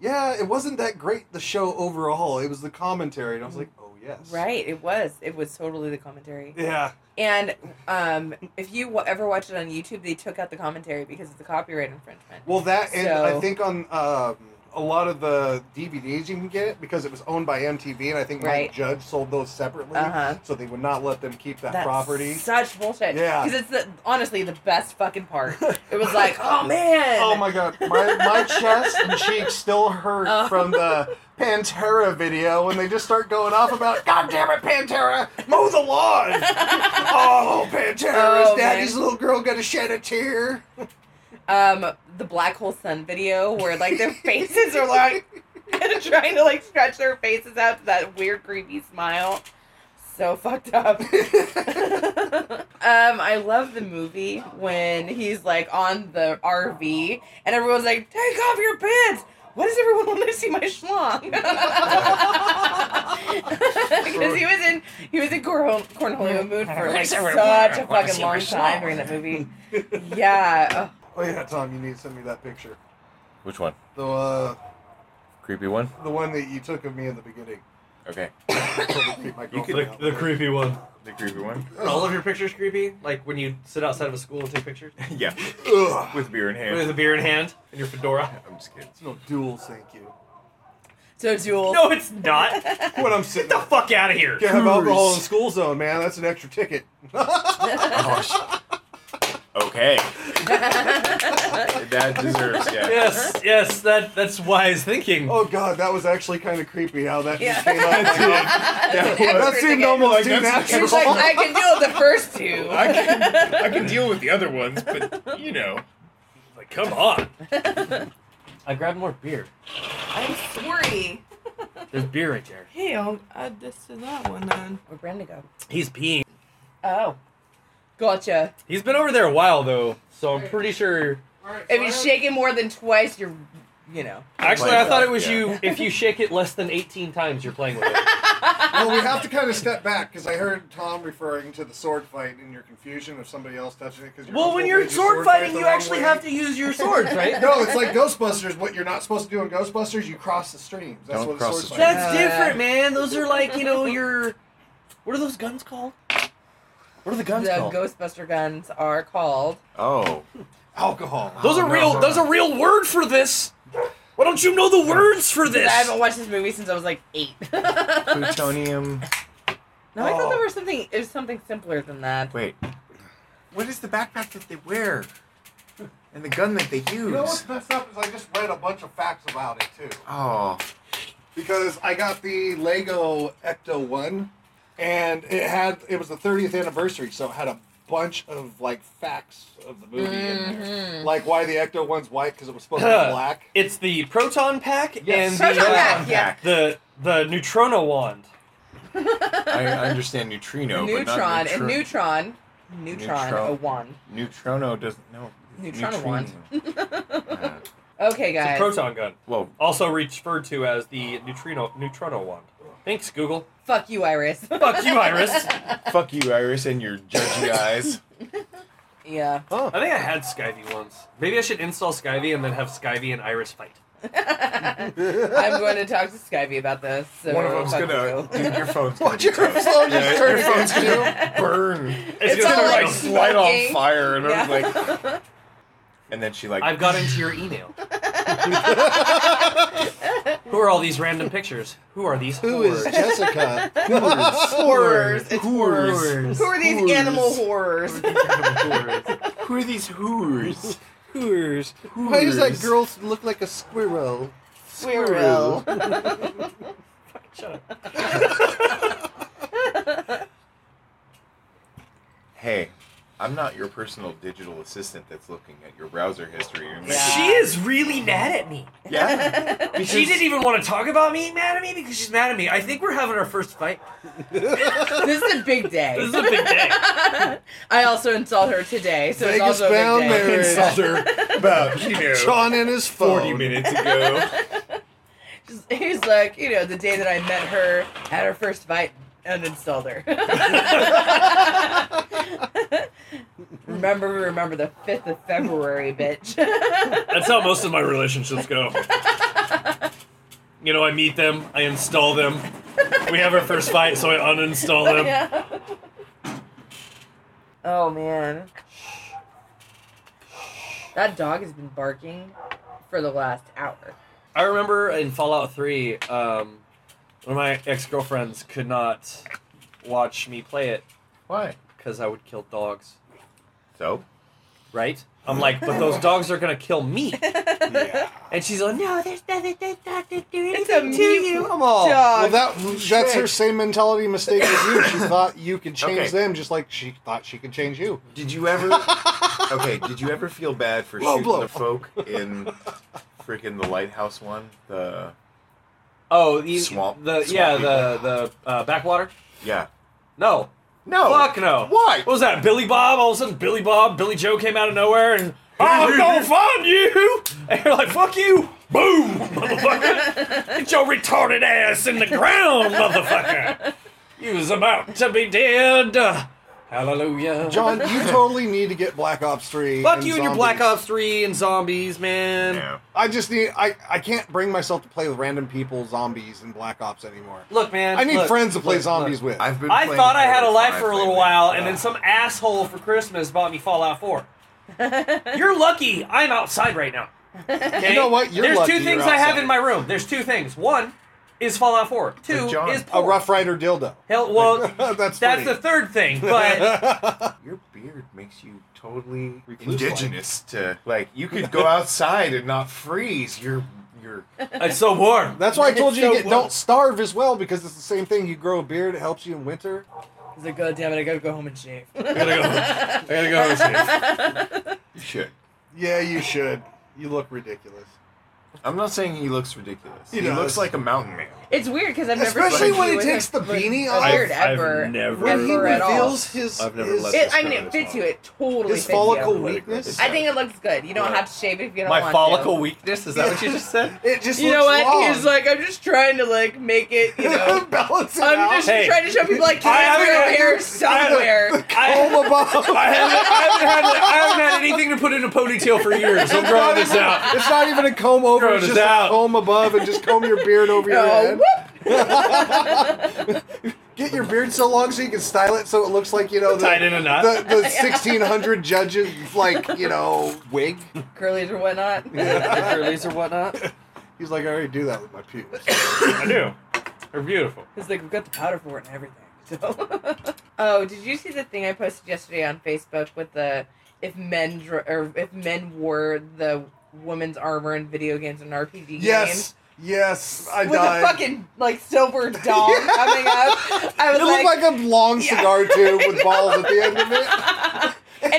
E: yeah, it wasn't that great, the show overall. It was the commentary. And I was like, oh, yes.
A: Right, it was. It was totally the commentary.
E: Yeah.
A: And um, if you w- ever watch it on YouTube, they took out the commentary because it's a copyright infringement.
E: Well, that, and
A: So-
E: I think on um, a lot of the DVDs you can get it because it was owned by MTV, and I think
A: Right.
E: Mike Judge sold those separately.
A: Uh-huh.
E: So they would not let them keep that
A: That's
E: property.
A: Such bullshit.
E: Yeah.
A: Because it's the, honestly the best fucking part. It was like, oh man.
E: Oh my god, my, my chest and cheeks still hurt
A: Oh.
E: from the Pantera video when they just start going off about, God damn it, Pantera, mow the lawn! oh, Pantera's
A: Oh,
E: daddy's
A: man.
E: little girl gonna shed a tear.
A: Um, the black hole sun video where like their faces are like trying to like stretch their faces out to that weird creepy smile. So fucked up. um, I love the movie when he's like on the RV and everyone's like, "Take off your pants." Why does everyone want to see my schlong? Because he was in he was in cornhole, cornholio mood for like such a fucking long time during that movie. Yeah.
E: Oh yeah, Tom, you need to send me that picture.
C: which one?
E: The uh,
C: Creepy one.
E: the one that you took of me in the beginning.
C: Okay,
E: you
B: the, the creepy one.
C: the creepy one.
D: All of your pictures creepy? Like when you sit outside of a school and take pictures?
C: yeah,
E: Ugh.
C: with beer in
D: With a
C: hand.
D: beer in hand and your fedora?
C: I'm just kidding.
E: It's no duels, thank you.
A: So dual.
D: No, it's not. Get
E: When I'm sitting,
D: the fuck out of here.
E: can't have alcohol in the school zone, man. That's an extra ticket.
C: Oh, sh- okay, that deserves yeah.
D: Yes, yes, that that's wise thinking.
E: Oh god, that was actually kind of creepy how that
A: Yeah.
E: just came out.
C: That
A: was-
E: that seemed almost
C: Like,
E: too
C: that's-
A: She's
E: natural.
A: like, I can deal with the first two.
C: I can I can deal with the other ones, but you know.
D: Like, come on. I grabbed more beer.
A: I'm sorry.
D: There's beer right there.
G: Hey, I'll add this to that one then.
A: Where'd Brenda go?
D: He's peeing.
A: Oh. Gotcha.
D: He's been over there a while though, so I'm pretty sure.
A: If you shake it more than twice, you're, you know.
D: Actually, I
C: Playing
D: thought
C: with
D: it was
C: it,
D: you. If you shake it less than 18 times, you're playing with it.
E: well, we have to kind of step back because I heard Tom referring to the sword fight and your confusion of somebody else touching it. Because
D: well, when you're sword fighting, you actually have to use your swords, right?
E: No, it's like Ghostbusters. What you're not supposed to do in Ghostbusters, you cross the streams. That's
C: Don't
E: what
C: cross
E: sword
C: the
E: fight is.
C: streams.
D: That's different, man. Those are like you know your. What are those guns called? What are the guns
A: the
D: called?
A: Ghostbuster guns are called.
C: Oh,
E: alcohol.
D: Those
E: Oh,
D: are
E: no,
D: real.
E: no,
D: There's
E: no.
D: a real word for this. Why don't you know the words for
A: I
D: this?
A: haven't watched this movie since I was like eight. no,
C: plutonium.
A: I thought
E: Oh.
A: there was something. There's something simpler than that.
C: Wait, what is the backpack that they wear? And the gun that they use.
E: You know what's messed up is I just read a bunch of facts about it too.
C: oh,
E: Because I got the Lego Ecto One, and it had it was the 30th anniversary, so it had a bunch of like facts of the movie in
A: Mm-hmm.
E: there, like why the Ecto One's white because it was supposed to be black.
D: It's the proton pack
B: Yes.
D: and the,
A: Proton
D: uh,
A: pack, yeah.
D: the the neutrino wand.
C: I, I understand neutrino, but
A: neutron
C: not
A: and
C: neutron.
A: neutron. Neutron,
C: Neutron.
A: a one.
C: neutrino doesn't know.
A: Neutrino
C: Neutrino. Uh,
A: Okay,
D: It's a
A: guys.
D: proton gun,
C: well,
D: also referred to as the neutrino neutrino wand. Thanks, Google.
A: Fuck you, Iris.
D: Fuck you, Iris.
C: fuck you, Iris, and your judgy eyes.
A: yeah.
D: I think I had Skyvy once. Maybe I should install Skyvy and then have Skyvy and Iris fight.
A: I'm going to talk to Skyvy about this. So
C: One of them's
A: fuck
C: gonna.
A: you.
C: Dude, your phone's gonna.
E: What your
C: toast.
E: phone
C: Yeah,
E: just
C: your
E: turned?
C: phone's gonna burn.
D: It's,
A: It's
D: gonna
A: all
D: be
A: like
D: like,
A: smoking.
C: light on fire, and I was like,
A: Yeah.
C: and then she like,
D: I've got into your email. Who are all these random pictures? Who are these
E: Who is
D: whores?
E: Jessica?
A: horrors. It's horrors.
D: Whores.
A: Who are these
C: Whores.
A: animal horrors?
D: Whores.
C: who are these hoors?
D: Whores.
E: Why does that girl look like a squirrel?
A: Squirrel.
D: Shut up.
C: Hey, I'm not your personal digital assistant that's looking at your browser history. and
A: Yeah.
D: She is really mad at me.
C: making- yeah.
D: She didn't even want to talk about me, mad at me, because she's mad at me. I think we're having our first fight.
A: this is a big day.
D: This is a big day.
A: I also installed her today, so it's
E: Vegas
A: also a
E: bound
A: big day.
E: marriage.
C: about you know
E: Sean and his phone.
C: minutes ago.
A: Just- He was like, you know, the day that I met her at her first fight, uninstalled her. remember, remember the fifth of February, bitch.
D: That's how most of my relationships go. You know, I meet them, I install them. We have our first fight, so I uninstall them.
A: Yeah. Oh man. That dog has been barking for the last hour.
D: I remember in Fallout 3, um, one of my ex girlfriends could not watch me play it
C: Why?
D: because I would kill dogs.
C: So
D: Right? I'm like, but those dogs are gonna kill me.
E: Yeah.
D: And she's like, no, there's nothing, there's nothing to do
A: It's
D: anything
A: a
D: to
A: mute
D: you. I'm all.
E: Well,
A: Dog.
E: that that's her same mentality mistake as you. She thought you could change
C: Okay.
E: them, just like she thought she could change you.
C: did you ever? okay, did you ever feel bad for
E: Low
C: shooting
E: blow.
C: the folk in freaking the lighthouse one? The
D: Oh, the,
C: Swamp-
D: the
C: swamp
D: yeah, the the uh, backwater.
C: yeah.
D: No,
C: No.
D: fuck no.
C: Why?
D: What was that? Billy Bob. All of a sudden, Billy Bob, Billy Joe came out of nowhere and "Oh, I'm gonna find you. And you're like, fuck you, boom, motherfucker. Get your retarded ass in the ground, motherfucker. You was about to be dead. Hallelujah.
E: John, you totally need to get Black Ops Three.
D: fuck you and your
E: zombies.
D: Black Ops Three and zombies, man.
C: Yeah.
E: I just need. I I can't bring myself to play with random people, zombies, and Black Ops anymore.
D: Look, man.
E: I need
D: look,
E: friends to play
D: look,
E: zombies
D: look.
E: with.
C: I've been.
D: I
C: playing
D: thought I had a
C: Halo
D: life
C: 5
D: for a little
C: lately.
D: while, and then some asshole for Christmas bought me Fallout 4. You're lucky I'm outside right now. Okay?
E: You know what? You're
D: There's
E: lucky
D: two
E: you're
D: things I have
E: outside.
D: in my room. There's two things. One is Fallout 4. Two
C: But John,
D: is
E: a
D: porn.
E: Rough Rider dildo.
D: Hell, well,
E: That's
D: that's
E: funny.
D: the third thing, but
C: Your beard makes you totally
E: Recluse-like.
C: indigenous to like. You could go outside and not freeze. You're you're
D: it's so warm.
E: That's why I told you
A: So
E: to get,
A: well-
E: don't starve as well because it's the same thing. You grow a beard, it helps you in winter.
A: He's like, God damn it, I gotta go home and shave.
D: I gotta go.
C: you should.
E: Yeah, you should. You look ridiculous.
C: I'm not saying he looks ridiculous.
E: He
C: He,
E: does.
C: looks like a mountain man.
A: It's weird because I've never
E: Especially
A: seen
E: when
A: you
E: he
A: with
E: takes
A: a-
E: the
A: with
E: beanie
A: a
E: off.
A: beard
D: I've
A: ever.
D: never-
E: When he
A: ever at all.
E: reveals his,
B: I've never
E: his,
B: let
A: It, I mean, it fits you. It totally
E: his
A: fits
E: follicle
A: you.
E: weakness,
A: I think it looks good. You don't have to shave it if you don't
B: My
A: want
B: follicle
A: to.
B: weakness? Is that what you just said?
E: it just
A: You know
E: looks
A: what?
E: long.
A: He's like, I'm just trying to like make it. You know,
E: balance it
A: I'm
E: out.
A: just
D: Hey.
A: trying to show people like
D: I
A: there's
D: haven't
A: real
D: had-
A: hair somewhere.
D: I,
E: Comb above.
D: I, haven't, I, haven't had, I haven't had anything to put in a ponytail for years. I'm growing this out.
E: It's not even a comb over.
D: Throw
E: It's
D: this
E: just a
D: out.
E: comb above and just comb your beard over your
A: Oh,
E: head.
A: whoop.
E: Get your beard so long so you can style it so it looks like you know the
D: Tied in a knot.
E: the, the 1600 judges like you know wig.
A: curlies or whatnot.
D: Curlies or whatnot.
E: He's like, I already do that with my pubes.
D: I do. They're beautiful.
A: It's like we've got the powder for it and everything. So, oh, did you see the thing I posted yesterday on Facebook with the if men dr- or if men wore the woman's armor in video games and RPG games.
E: Yes, yes, I
A: With
E: died.
A: a fucking like silver dong coming up, I was
E: it looked
A: like,
E: like, a long
A: Yeah.
E: cigar tube with balls at the end of it.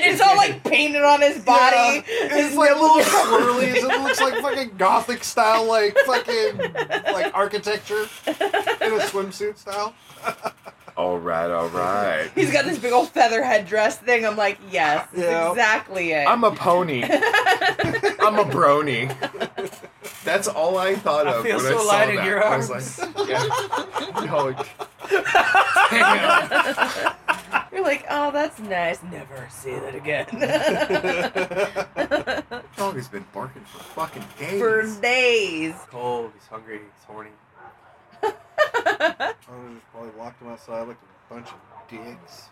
A: and it's all like painted on his body.
E: Yeah.
A: His
E: It's like
A: nipples
E: little
A: are
E: swirlies. It looks like fucking gothic style, like fucking like architecture in a swimsuit style.
C: All right, all right.
A: He's got this big old feather headdress thing. I'm like, yes, that's
E: Yeah.
A: exactly it.
C: I'm a pony. I'm a brony. That's all I thought
D: I
C: of
D: feel
C: when
D: so
C: I saw
D: light in
C: that.
D: your
C: I was like, yeah. No, damn.
A: You're like, oh, that's nice. Never see that again.
C: Dog has been barking for fucking days.
A: For days.
B: cold. Oh, He's hungry. He's horny.
E: I would have Oh, just probably locked him outside like a bunch of dicks.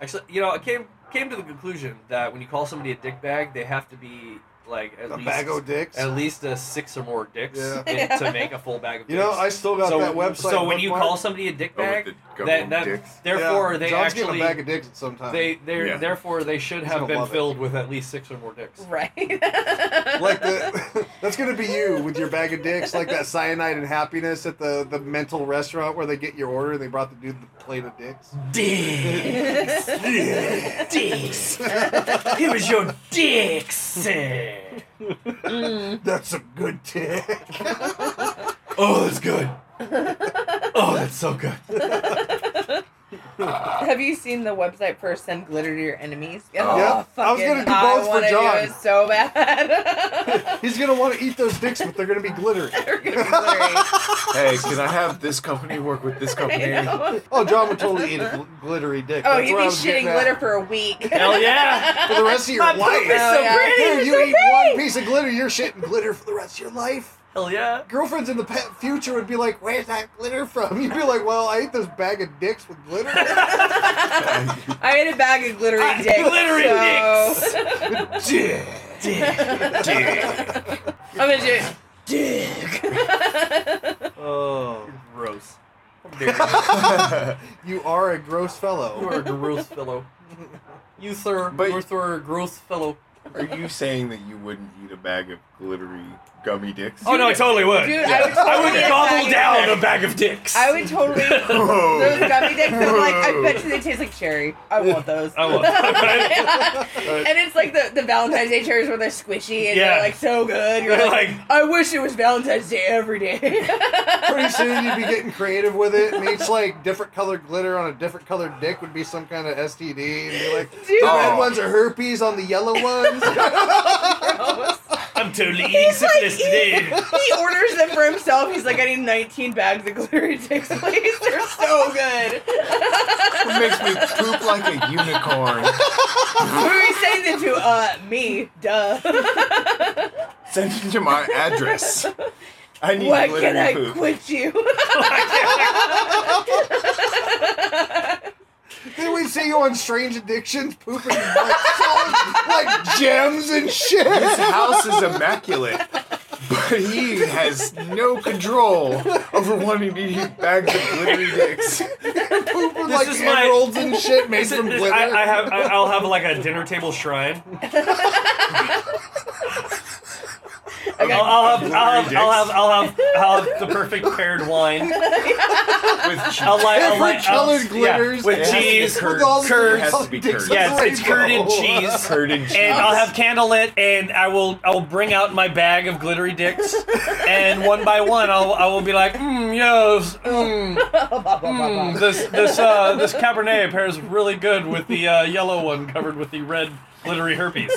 B: Actually, you know, I came came to the conclusion that when you call somebody a dickbag, they have to be like at
E: a
B: least
E: bag of dicks.
B: at least a six or more dicks
E: Yeah.
B: in- to make a full bag of
E: You
B: dicks.
E: know, I still got
B: so,
E: that website.
B: So when you
E: bookmarked.
B: call somebody a
C: Oh, with
B: dickbag,
C: the
B: that,
C: goddamn
B: that
C: dicks.
B: therefore
E: Yeah,
B: they
E: John's
B: actually
E: getting a bag of dicks at some time.
B: they they
C: Yeah.
B: therefore they should
E: He's
B: have
E: gonna
B: been
E: love it.
B: filled with at least six or more dicks.
A: Right.
E: like the, that's gonna be you with your bag of dicks, like that cyanide and happiness at the the mental restaurant where they get your order and they brought the dude the plate of dicks.
D: Dicks. Dicks. Here is your dicks.
A: Mm.
E: That's a good dick.
D: Oh, that's good. Oh, that's so good.
A: Have you seen the website for send glitter to your enemies? Oh,
C: Yeah.
E: Oh, I was gonna do
A: fucking,
E: both for
A: wanna do
E: John.
A: it so bad.
E: He's gonna want to eat those dicks, but they're gonna be glittery.
A: They're gonna be glittery.
C: Hey, can I have this company work with this
A: I
C: company?
A: know.
E: Oh, John would totally eat a gl- glittery dick.
A: Oh,
E: That's
A: you'd
E: where
A: be
E: I was
A: shitting
E: getting at.
A: glitter for a week.
D: Hell yeah.
E: for the rest of your
D: My poop
E: life.
D: is
A: so yeah. pretty,
E: Dude,
A: it's
E: you
A: so
E: eat one piece of glitter, you're shitting glitter for the rest of your life.
D: Hell yeah.
E: Girlfriends in the pet future would be like, "Where's that glitter from?" You'd be like, "Well, I ate this bag of dicks with glitter."
A: I ate a bag of glittery
D: Ah,
A: dicks.
D: glittery
E: Dick.
A: dicks. I'm gonna do it. Dick.
B: Oh, gross. How dare you.
E: You are a gross
B: You
E: fellow.
B: are a gross fellow. You sir,
C: But-
B: you sir, are a gross fellow.
C: Are you saying that you wouldn't eat a bag of glittery gummy dicks?
D: Oh no, I totally would.
A: Dude, I would
C: Yeah.
A: totally
D: I
A: eat a bag
D: would gobble
A: of dicks.
D: down a bag of dicks.
A: I would totally eat those
C: Whoa.
A: gummy dicks. I'm like, I bet you they taste like cherry. I want those.
D: I want those.
A: and it's like the, the Valentine's Day cherries where they're squishy and
D: Yeah.
A: they're like so good. You're
D: They're
A: like,
D: like,
A: I wish it was Valentine's Day every day.
E: Pretty soon you'd be getting creative with it, and each like different colored glitter on a different colored dick would be some kind of STD, and be like,
A: Dude.
E: the red
C: Oh.
E: ones are herpes on the yellow ones.
D: I'm totally eating
A: He's like
D: syphilis
A: eating-
D: today.
A: He orders them for himself. He's like, I need 19 bags of glittery dicks, please. They're so good.
C: It makes me poop like a unicorn.
A: Who are you saying that to? Uh, me. Duh.
C: Send it to my address. I need
A: Why
C: glittery
A: can I
C: poop.
A: quit you?
E: Then we'd see you on Strange Addictions pooping like, solid, like gems and shit.
C: His house is immaculate, but he has no control over wanting to eat bags of glittery dicks.
E: Pooping
D: This
E: like
D: is my-
E: emeralds and shit made
D: This is-
E: from
D: this-
E: glitter.
D: I, I have. I, I'll have like a dinner table shrine.
A: Okay.
D: I'll, I'll, have, I'll, have,
C: Glittery
D: I'll have. I'll have. I'll have the perfect paired wine.
C: With cheese.
D: I'll like. I'll
E: Different
D: like I'll-
E: colored
D: yeah,
E: glitters.
D: with
C: It has to be
D: cheese.
C: curd.
E: With all the
D: curds.
E: different
C: Has to be
E: dicks
C: curds.
E: of
D: Yes, it's
E: rainbow.
D: curd and cheese.
C: Curded cheese.
D: and I'll have candlelit, and I will I will bring out my bag of glittery dicks, and one by one I'll I will be like, mm, yes, mm, mm, this this uh, this Cabernet pairs really good with the uh, yellow one covered with the red glittery herpes.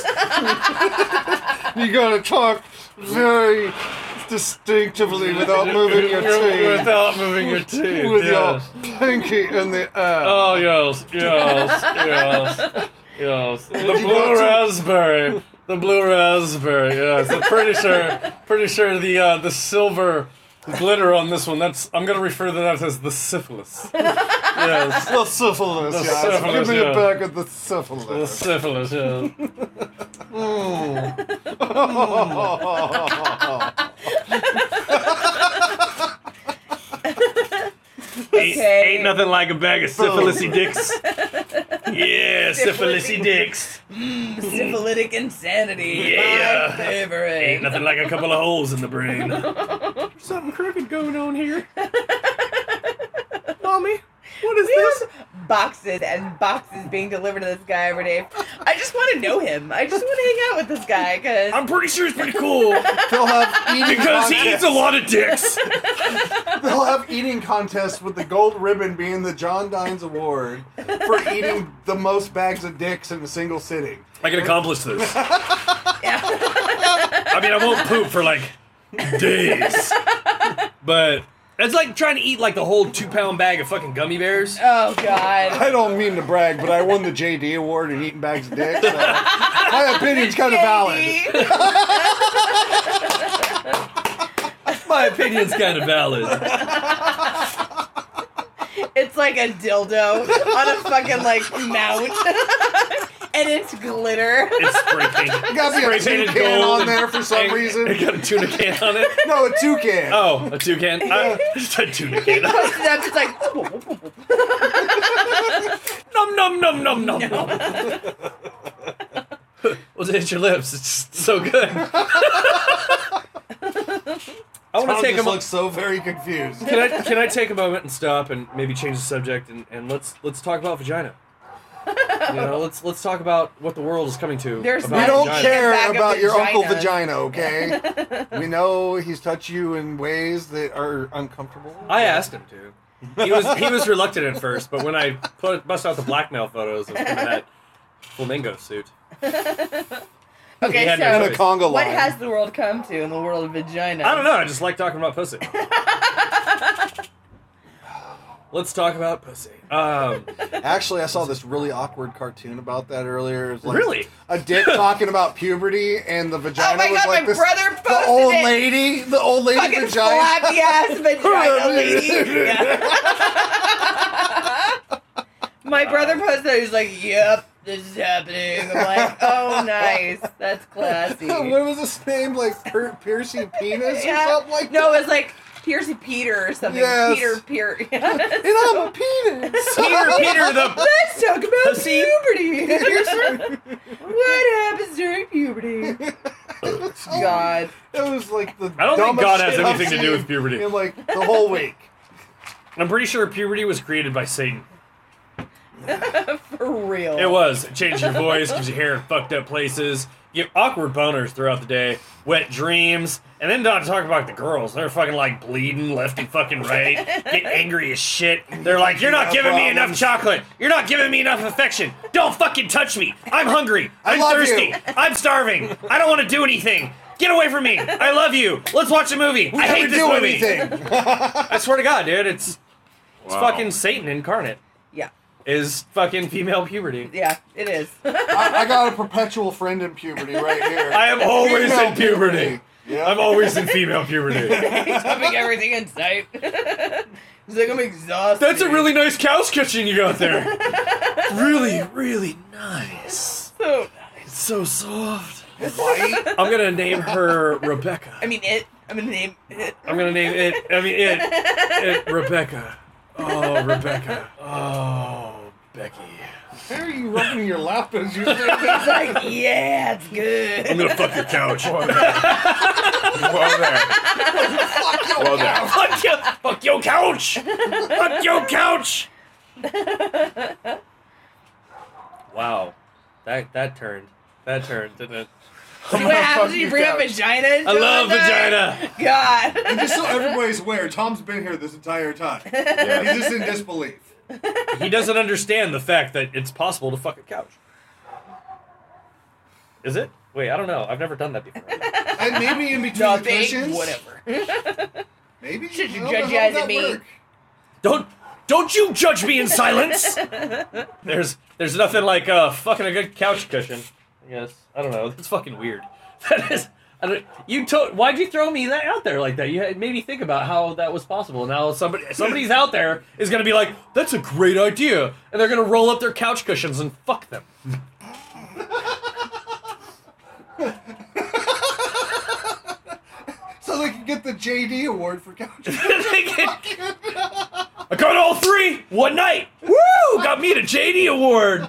E: You gotta talk very distinctively without moving your teeth.
D: Without moving your teeth.
E: With your
D: yes.
E: pinky in the uh, air.
D: Oh yes, yes, yes, yes. The blue raspberry, the blue raspberry. Yes, I'm pretty sure, pretty sure the uh, the silver glitter on this one. That's I'm gonna refer to that as the syphilis. Yes,
E: the syphilis,
D: The
E: yes.
D: syphilis,
E: Give me
D: yeah.
E: a bag of the
D: the
E: syphilis.
D: syphilis. Yeah. Ain't,
A: Okay.
D: ain't nothing like a bag of syphilisy dicks. Yeah, syphilisy
A: Syphilisy.
D: dicks.
A: Syphilitic insanity.
D: Yeah.
A: My favorite.
D: Ain't nothing like a couple of holes in the brain.
B: There's something crooked going on here. Mommy, what is
A: We have boxes and boxes being delivered to this guy every day. I just want to know him. I just want to hang out with this guy because
D: I'm pretty sure it's pretty cool
E: They'll have eating
D: because he
E: contests.
D: eats a lot of dicks.
E: They'll have eating contests with the gold ribbon being the John Dines Award for eating the most bags of dicks in a single sitting.
D: I can accomplish this.
A: yeah.
D: I mean, I won't poop for like days, but it's like trying to eat like the whole two-pound bag of fucking gummy bears.
A: oh god.
E: I don't mean to brag, but I won the JD award in eating bags of dicks. So my opinion's kind of valid.
A: Andy.
D: My opinion's kind of valid.
A: It's like a dildo on a fucking like mount, and it's glitter.
D: It's spray painted.
E: Got me a
D: Spray-painted
E: toucan
D: gold.
E: on there for some
D: It
E: reason.
D: got a tuna can on it.
E: No, a toucan.
D: Oh, a toucan. I just a tuna can.
A: Posted up, it's like
D: Nom nom nom nom nom. nom. Was it hit your lips? It's just so good. I want to
E: Tom
D: take a
E: just
D: moment.
E: looks so very confused.
D: Can I can I take a moment and stop and maybe change the subject and, and let's let's talk about vagina. You know, let's let's talk about what the world is coming to.
A: There's
D: about
E: We don't
D: vagina.
E: care
A: Back of
E: about your uncle
A: vagina.
E: vagina, okay? we know he's touched you in ways that are uncomfortable.
D: I asked him to. He was he was reluctant at first, but when I put, bust out the blackmail photos of him in that flamingo suit, He
A: okay,
D: had no
E: and
A: so
E: a conga
A: what
E: line.
A: has the world come to in the world of vagina?
D: I don't know. I just like talking about pussy. Let's talk about pussy. Um,
E: Actually, I saw this really awkward cartoon about that earlier. It was like
D: Really?
E: A dick talking about puberty and the vagina
A: Oh my
E: was
A: god,
E: like
A: my
E: this.
A: brother posted
E: the old
A: it.
E: lady, the old lady
A: Fucking
E: vagina.
A: floppy ass vagina lady. Yeah. My brother posted it. He's like, "Yep, this is happening." I'm like, "Oh, nice. That's classy."
E: what was his name? Like per- Piercy Penis or
A: Yeah.
E: something like
A: no,
E: that?
A: it's like Piercy Peter or something.
E: Yes.
A: Peter Peter.
E: And I'm a penis.
D: Peter, Peter, the
A: Let's talk about
D: Pussy.
A: puberty. what happens during puberty? God.
E: It was like the.
D: I don't think
E: dumbest
D: God has
E: shit I've
D: anything to do
E: seen
D: with puberty.
E: In like the whole week.
D: I'm pretty sure puberty was created by Satan.
A: For real.
D: It was. It changes your voice, gives your hair in fucked up places. You get awkward boners throughout the day, wet dreams, and then not to talk about the girls. They're fucking like bleeding left and fucking right. Get angry as shit. They're like, You're not
E: Got
D: giving me enough
E: problems."
D: chocolate. You're not giving me enough affection. Don't fucking touch me. I'm hungry.
E: I
D: I'm
E: love
D: thirsty.
E: you."
D: I'm starving. I don't want to do anything. Get away from me. I love you. Let's watch a movie. I hate
E: Never
D: this
E: do
D: movie.
E: anything.
D: I swear to God, dude, it's it's
C: Wow.
D: fucking Satan incarnate.
A: Yeah.
D: Is fucking female puberty.
A: Yeah, it is.
E: I, I got a perpetual friend in puberty right here.
D: I am always
E: Female
D: in puberty.
E: Yeah.
D: I'm always in female puberty.
A: He's dumping everything in sight. He's like, I'm exhausted.
D: That's a really nice cow's kitchen you got there. Really, really nice.
A: So,
D: It's so soft.
E: White?
D: I'm gonna name her Rebecca.
A: I mean, it. I'm gonna name it.
D: I'm gonna name it. I mean it. it Rebecca. Oh, Rebecca. Oh, Becky.
E: Why are you rubbing your lap as you say that?
A: It's like, yeah, it's good.
D: I'm gonna fuck your couch.
C: Well, there. Well, there.
D: fuck your, fuck your couch. Fuck your couch. wow, that that turned. That turned, didn't it?
A: See what happens
E: fuck
A: when you
E: your
A: bring up
E: couch.
A: vagina?
D: I
A: into
D: love
A: it?
D: vagina.
A: God.
E: And just so everybody's aware, Tom's been here this entire time.
C: Yeah.
E: He's just in disbelief.
D: He doesn't understand the fact that it's possible to fuck a couch. Is it? Wait, I don't know. I've never done that before.
E: And maybe in between the
A: Nothing.
E: cushions.
A: Whatever.
E: Maybe.
A: Should you
E: I don't know
A: judge
E: how
A: as
E: that
A: it be?
E: work.
D: Don't don't you judge me in silence. There's there's nothing like uh fucking a good couch cushion. I guess I don't know. That's fucking weird. That is. I don't, you told. Why'd you throw me that out there like that? You had, made me think about how that was possible. Now somebody somebody's out there is gonna be like, "That's a great idea," and they're gonna roll up their couch cushions and fuck them.
E: So they can get the JD award for couch.
D: They get- I got all three one night. Woo! Got me the JD award.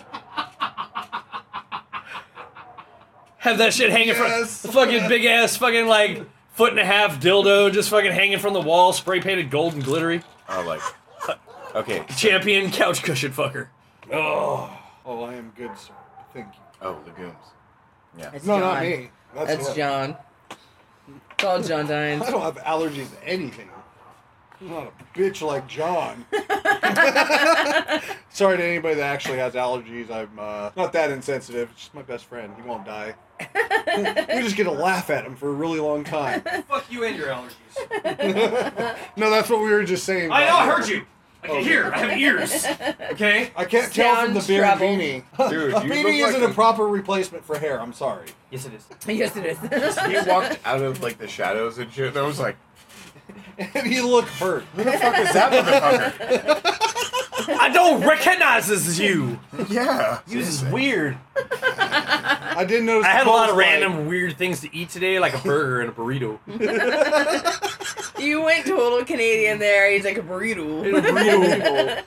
D: have that shit hanging
E: Yes.
D: from the fucking big ass fucking like foot and a half dildo just fucking hanging from the wall, spray painted gold and glittery.
C: I like. Okay.
D: Champion couch cushion fucker.
E: Oh, oh, I am good, sir. Thank you.
C: Oh, legumes.
A: It's
E: No,
A: John.
E: not me. That's,
A: That's
E: what-
A: John. It's all John Dines.
E: I don't have allergies to anything. I'm not a bitch like John. Sorry to anybody that actually has allergies. I'm uh, not that insensitive. It's just my best friend. He won't die. we just get to laugh at him for a really long time.
B: Fuck you and your allergies.
E: No, that's what we were just saying.
D: I know
E: about
D: I
E: it.
D: heard you. I can hear. I have ears. Okay.
E: I can't tell from the
A: Sounds
E: beard
A: trouble.
E: beanie.
C: Dude,
E: a beanie
C: you look like
E: isn't a
C: a-
E: proper replacement for hair. I'm sorry.
B: Yes, it is.
A: yes, it is.
C: He walked out of like the shadows and shit, and I was like,
E: And you look hurt.
C: "Who the fuck is that motherfucker?"
D: I don't recognize this as you.
C: yeah.
D: You this is weird.
E: I didn't notice.
D: I had a
E: Cole's
D: lot of
E: like-
D: random weird things to eat today, like a burger and a burrito.
A: you went total Canadian there. He's like a burrito.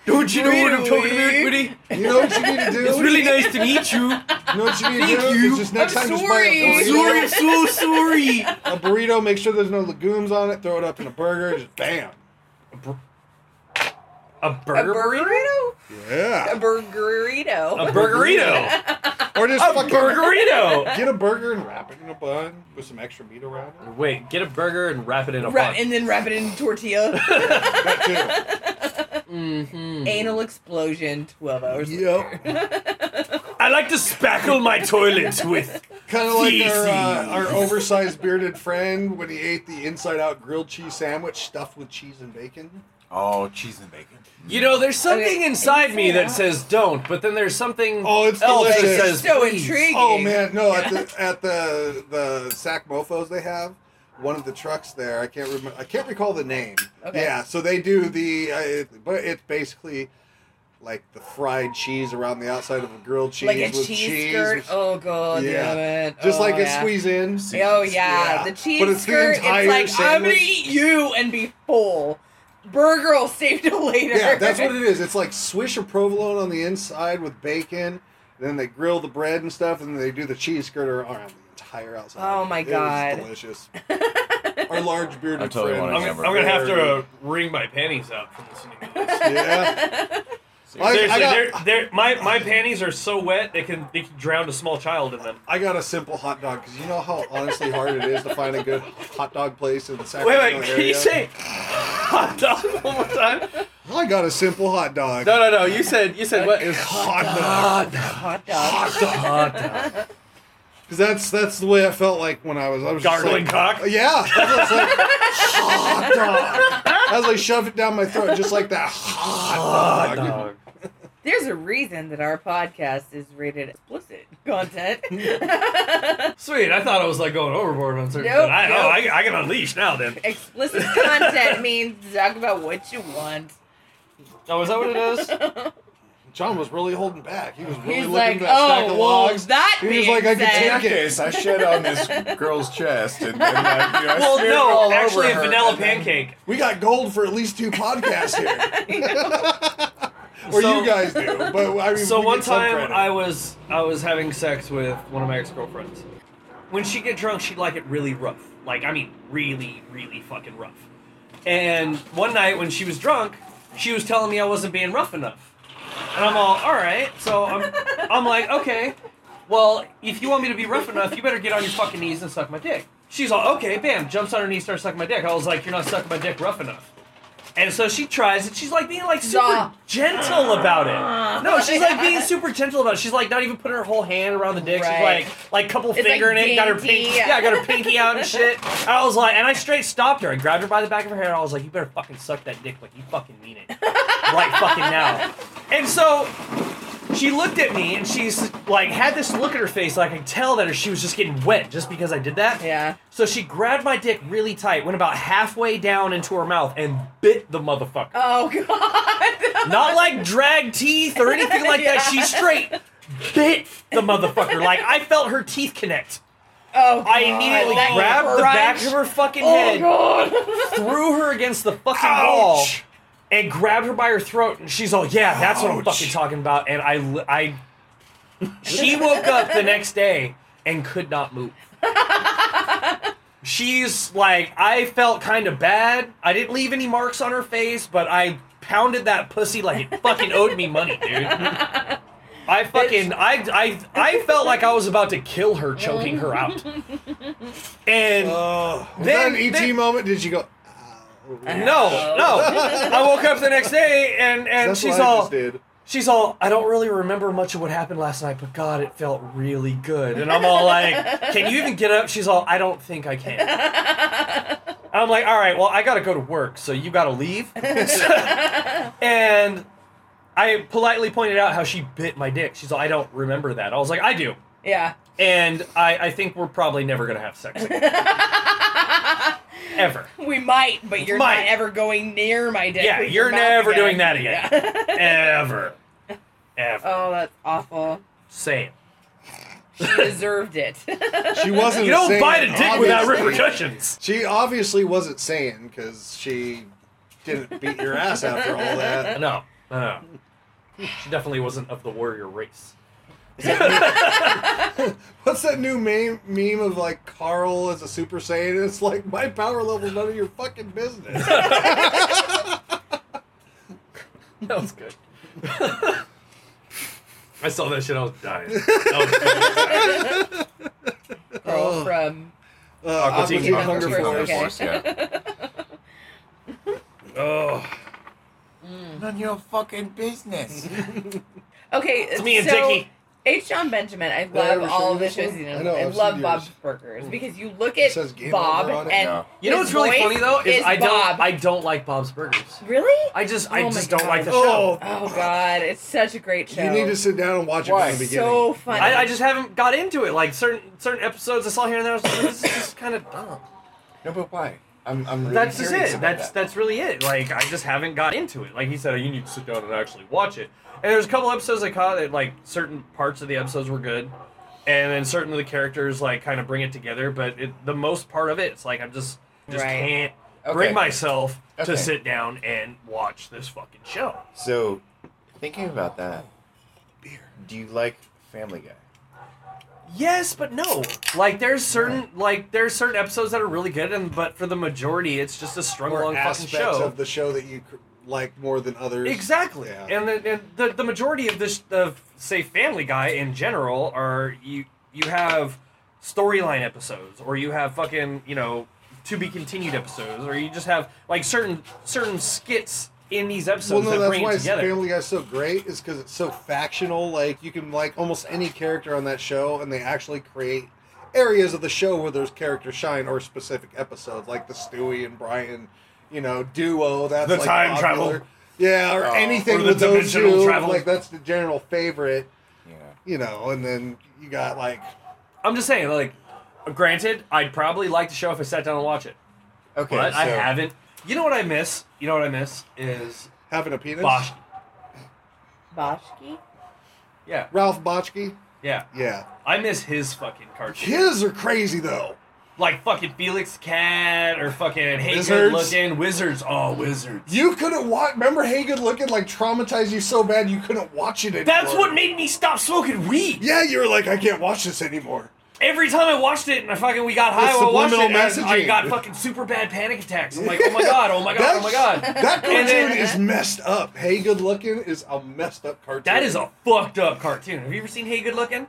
D: Don't you know what I'm talking about, buddy?
E: You know what you need to do?
D: It's really nice to meet you.
E: You know what you need to
D: Thank
E: do?
D: you.
E: Is just next
A: I'm
E: time just buy a
A: sorry.
E: burrito.
D: Sorry, so sorry.
E: a burrito, make sure there's no legumes on it, throw it up in a burger, just bam.
D: A
A: A
D: burger burrito?
A: burrito? A
E: Yeah.
D: A
A: burgerito.
D: burgerito.
E: Or just
D: A
E: fucking
D: burgerito.
E: get a burger and wrap it in a bun with some extra meat around it.
D: Wait, get a burger and wrap it in a
A: Wrap,
D: bun.
A: and then wrap it in tortilla.
E: That
D: hmm
A: Anal explosion. Twelve
E: too.
A: hours.
E: Yep.
D: I like to spackle my toilets with.
E: Kind of like our, uh,
D: Feces.
E: our oversized bearded friend when he ate the inside out grilled cheese sandwich stuffed with cheese and bacon.
C: Oh, cheese and bacon.
D: You know, there's something
A: Okay,
D: inside me that
A: yeah.
D: says don't, but then there's something
E: Oh, it's
D: else that
E: delicious.
D: says
A: So
D: please.
A: intriguing.
E: Oh man, no! At the at the the Sac Mofos they have one of the trucks there. I can't remember. I can't recall the name.
A: Okay.
E: Yeah, so they do the, uh, it, but it's basically like the fried cheese around the outside of a grilled cheese
A: Like a
E: with
A: cheese, skirt. Oh god,
E: Yeah.
A: damn it.
E: just
A: Oh,
E: like
A: yeah.
E: it squeeze in.
A: Oh yeah,
E: Yeah.
A: the cheese
E: But it's the
A: skirt.
E: entire
A: it's like I'm gonna
E: sandwich.
A: eat you and be full. Burger will save till later.
E: Yeah, that's what it is. It's like swish of provolone on the inside with bacon. Then they grill the bread and stuff, and they do the cheese skirt around the entire outside.
A: Oh, my
E: It was
A: God.
E: delicious. Our large bearded
C: I totally
E: friend.
C: want a
D: I'm, I'm
C: hamburger.
D: gonna have to uh, wring my panties out from listening to this.
E: Yeah. I- I
D: Seriously,
E: got-
D: they're, they're, my, my panties are so wet they can they can drown a small child in them.
E: I got a simple hot dog because you know how honestly hard it is to find a good hot dog place in the
D: Wait,
E: Sacramento
D: wait, can
E: area.
D: Oh, you say hot dog one more time?
E: I got a simple hot dog.
D: No, no, no. You said you said what?
E: It's hot dog
A: Hot dog.
E: because that's that's the way I felt like when I was I was just
D: Gargling
E: like,
D: cock.
E: Yeah, I was like hot dog. I was like shove it down my throat just like that hot dog.
A: There's a reason that our podcast is rated explicit content.
D: Sweet. I thought I was like going overboard on certain.
A: Nope,
D: shit. I,
A: nope.
D: oh, I, I can unleash now. Then.
A: explicit content means talk about what you want.
D: Oh, is that what it is?
E: John was really holding back. He was really
A: He's
E: looking
A: like,
E: at that stack
A: oh,
E: of
A: well,
E: logs.
A: that
E: He was
A: being
E: like, I could
A: said,
E: take
C: In case I shit on this girl's chest, and then I, you know, I
D: well,
C: smeared it all
D: no. Actually,
C: over
D: a
C: her,
D: vanilla
C: and then-
D: pancake.
E: We got gold for at least two podcasts here. or
D: So-
E: you guys do, but I mean,
D: So
E: we
D: one
E: get some
D: time
E: credit.
D: I was I was having sex with one of my ex girlfriends. When she get drunk, she'd like it really rough. Like I mean, really, really fucking rough. And one night when she was drunk, she was telling me I wasn't being rough enough. And I'm all, all right. So I'm I'm like, okay. Well, if you want me to be rough enough, you better get on your fucking knees and suck my dick. She's all, okay, bam, jumps on her knees, starts sucking my dick. I was like, you're not sucking my dick rough enough. And so she tries, and she's like being like super
A: Nah.
D: gentle about it. No, she's like being super gentle about it. She's like not even putting her whole hand around the dick.
A: Right.
D: She's like like couple
A: It's
D: finger
A: like
D: in it, got her
A: dainty.
D: pinky, yeah, got her pinky out and shit. I was like, and I straight stopped her. I grabbed her by the back of her hair. And I was like, you better fucking suck that dick like you fucking mean it, right fucking now. And so she looked at me, and she's like had this look at her face, like I could tell that she was just getting wet just because I did that.
A: Yeah.
D: So she grabbed my dick really tight, went about halfway down into her mouth, and bit the motherfucker.
A: Oh God.
D: Not like drag teeth or anything like that. She
A: Yeah.
D: straight bit the motherfucker. Like I felt her teeth connect.
A: Oh God.
D: I immediately
A: That
D: grabbed the
A: crunch.
D: back of her fucking
A: Oh
D: head,
A: God.
D: threw her against the fucking wall, and grabbed her by her throat. And she's all, "Yeah, that's what I'm
E: Ouch.
D: fucking talking about." And I, li- I, she woke up the next day and could not move. She's like, I felt kind of bad. I didn't leave any marks on her face, but I pounded that pussy like it fucking owed me money, dude. I fucking, I, I, I felt like I was about to kill her, choking her out. And
E: Oh, was
D: Uh, Then-
E: that an ET
D: then-
E: moment? Did you go?
D: no, no. I woke up the next day and, and
E: That's
D: she's
E: what I
D: all,
E: just did.
D: she's all i don't really remember much of what happened last night but god it felt really good and i'm all like can you even get up she's all i don't think i can i'm like all right well i gotta go to work so you gotta leave and i politely pointed out how she bit my dick she's all i don't remember that i was like i do
A: Yeah.
D: and i, I think we're probably never gonna have sex again. ever
A: We might, but you're
D: Might.
A: not ever going near my dick.
D: Yeah,
A: with
D: you're
A: your mouth
D: never
A: again.
D: doing that again.
A: Yeah.
D: ever ever
A: oh, that's awful.
D: same
A: She deserved it.
E: She wasn't.
D: you don't
E: saying,
D: bite a dick without
E: obviously.
D: repercussions
E: She obviously wasn't saying because she didn't beat your ass after all that.
D: No, no, no. She definitely wasn't of the warrior race.
E: What's that new meme, meme of like Carl as a Super Saiyan? It's like my power level's none of your fucking business. Uh,
D: That was good. I saw that shit. I was dying. I
E: Oh.
A: Girl from
E: Uh,
D: Aqua Teen
E: Aqua Teen
A: Hunger
E: Hunger
A: Force,
E: Force.
A: okay.
C: yeah.
D: was- oh,
C: None of your fucking business.
A: okay.
D: it's me and
A: so,
D: Dickie.
A: H. John Benjamin. I
E: I
A: love
E: ever
A: all
E: seen
A: of the
E: this
A: shows
E: one?
A: he's in.
E: I know,
A: I
E: I've
A: love
E: seen
A: Bob's
E: yours.
A: Burgers because you look at
E: says Game
A: Bob
E: Over on it.
A: and
C: No.
D: You know
A: his
D: what's really
A: voice
D: funny though is I don't
A: Bob.
D: I don't like Bob's Burgers.
A: really.
D: I just I
A: Oh my
D: just don't
A: God.
D: like the
E: Oh,
D: show.
A: Oh God, it's such a great show.
E: You need to sit down and watch it
C: Why?
E: from the beginning.
A: so funny.
D: I, I just haven't got into it. Like certain certain episodes I saw here and there, I was like, this is just kind of dumb.
C: No, but why? I'm, I'm really
D: That's just
C: curious
D: it.
C: about
D: That's
C: that.
D: that's really it. Like I just haven't got into it. Like he said, "Oh, you need to sit down and actually watch it. And there's a couple episodes I caught that like certain parts of the episodes were good, and then certain of the characters like kind of bring it together. But it, the most part of it, it's like I'm just just
A: Right.
D: can't
C: Okay.
D: bring myself
C: Okay.
D: to sit down and watch this fucking show.
C: So, thinking about that, do you like Family Guy?
D: Yes, but no. Like there's certain like there's certain episodes that are really good, and but for the majority, it's just a strung
E: Or
D: along fucking
E: aspects
D: show.
E: of the show that you cr- like more than others.
D: Exactly,
E: Yeah.
D: and, the, and the the majority of this of say Family Guy in general are you you have storyline episodes, or you have fucking you know to be continued episodes, or you just have like certain certain skits in these
E: Well,
D: episodes
E: no,
D: that
E: that's
D: bring
E: why
D: it
E: it's-
D: together.
E: Family Guy's so great is because it's so factional. Like you can like almost any character on that show, and they actually create areas of the show where those characters shine, or specific episodes, like the Stewie and Brian, you know, duo. That's
D: The
E: like,
D: time travel.
E: popular. yeah, or
C: Oh.
E: anything
D: Or the
E: with those
D: dimensional
E: two.
D: travel.
E: Like that's the general favorite,
C: Yeah.
E: you know. And then you got like
D: I'm just saying, like, granted, I'd probably like the show if I sat down and watch it,
C: Okay.
D: but I
C: so-
D: haven't. You know what I miss? You know what I miss is
E: having a penis.
D: Bosch.
A: Boschke.
D: Yeah,
E: Ralph Botchke.
D: yeah.
E: Yeah,
D: I miss his fucking cartoon.
E: his are crazy though.
D: like fucking Felix Cat or fucking hey good
E: Wizards.
D: looking wizards. Oh, wizards.
E: You couldn't watch. Remember, Hey Good Looking like traumatized you so bad you couldn't watch it anymore.
D: That's what made me stop smoking weed.
E: Yeah, you were like, I can't watch this anymore.
D: Every time I watched it and I fucking we got high,
E: The
D: while I watched it.
E: subliminal
D: and I
E: messaging.
D: got fucking super bad panic attacks. I'm like, oh my god, oh my god, oh my god.
E: That cartoon
D: And then-
E: is messed up. Hey Good Looking is a messed up cartoon.
D: That is a fucked up cartoon. Have you ever seen Hey Good Looking?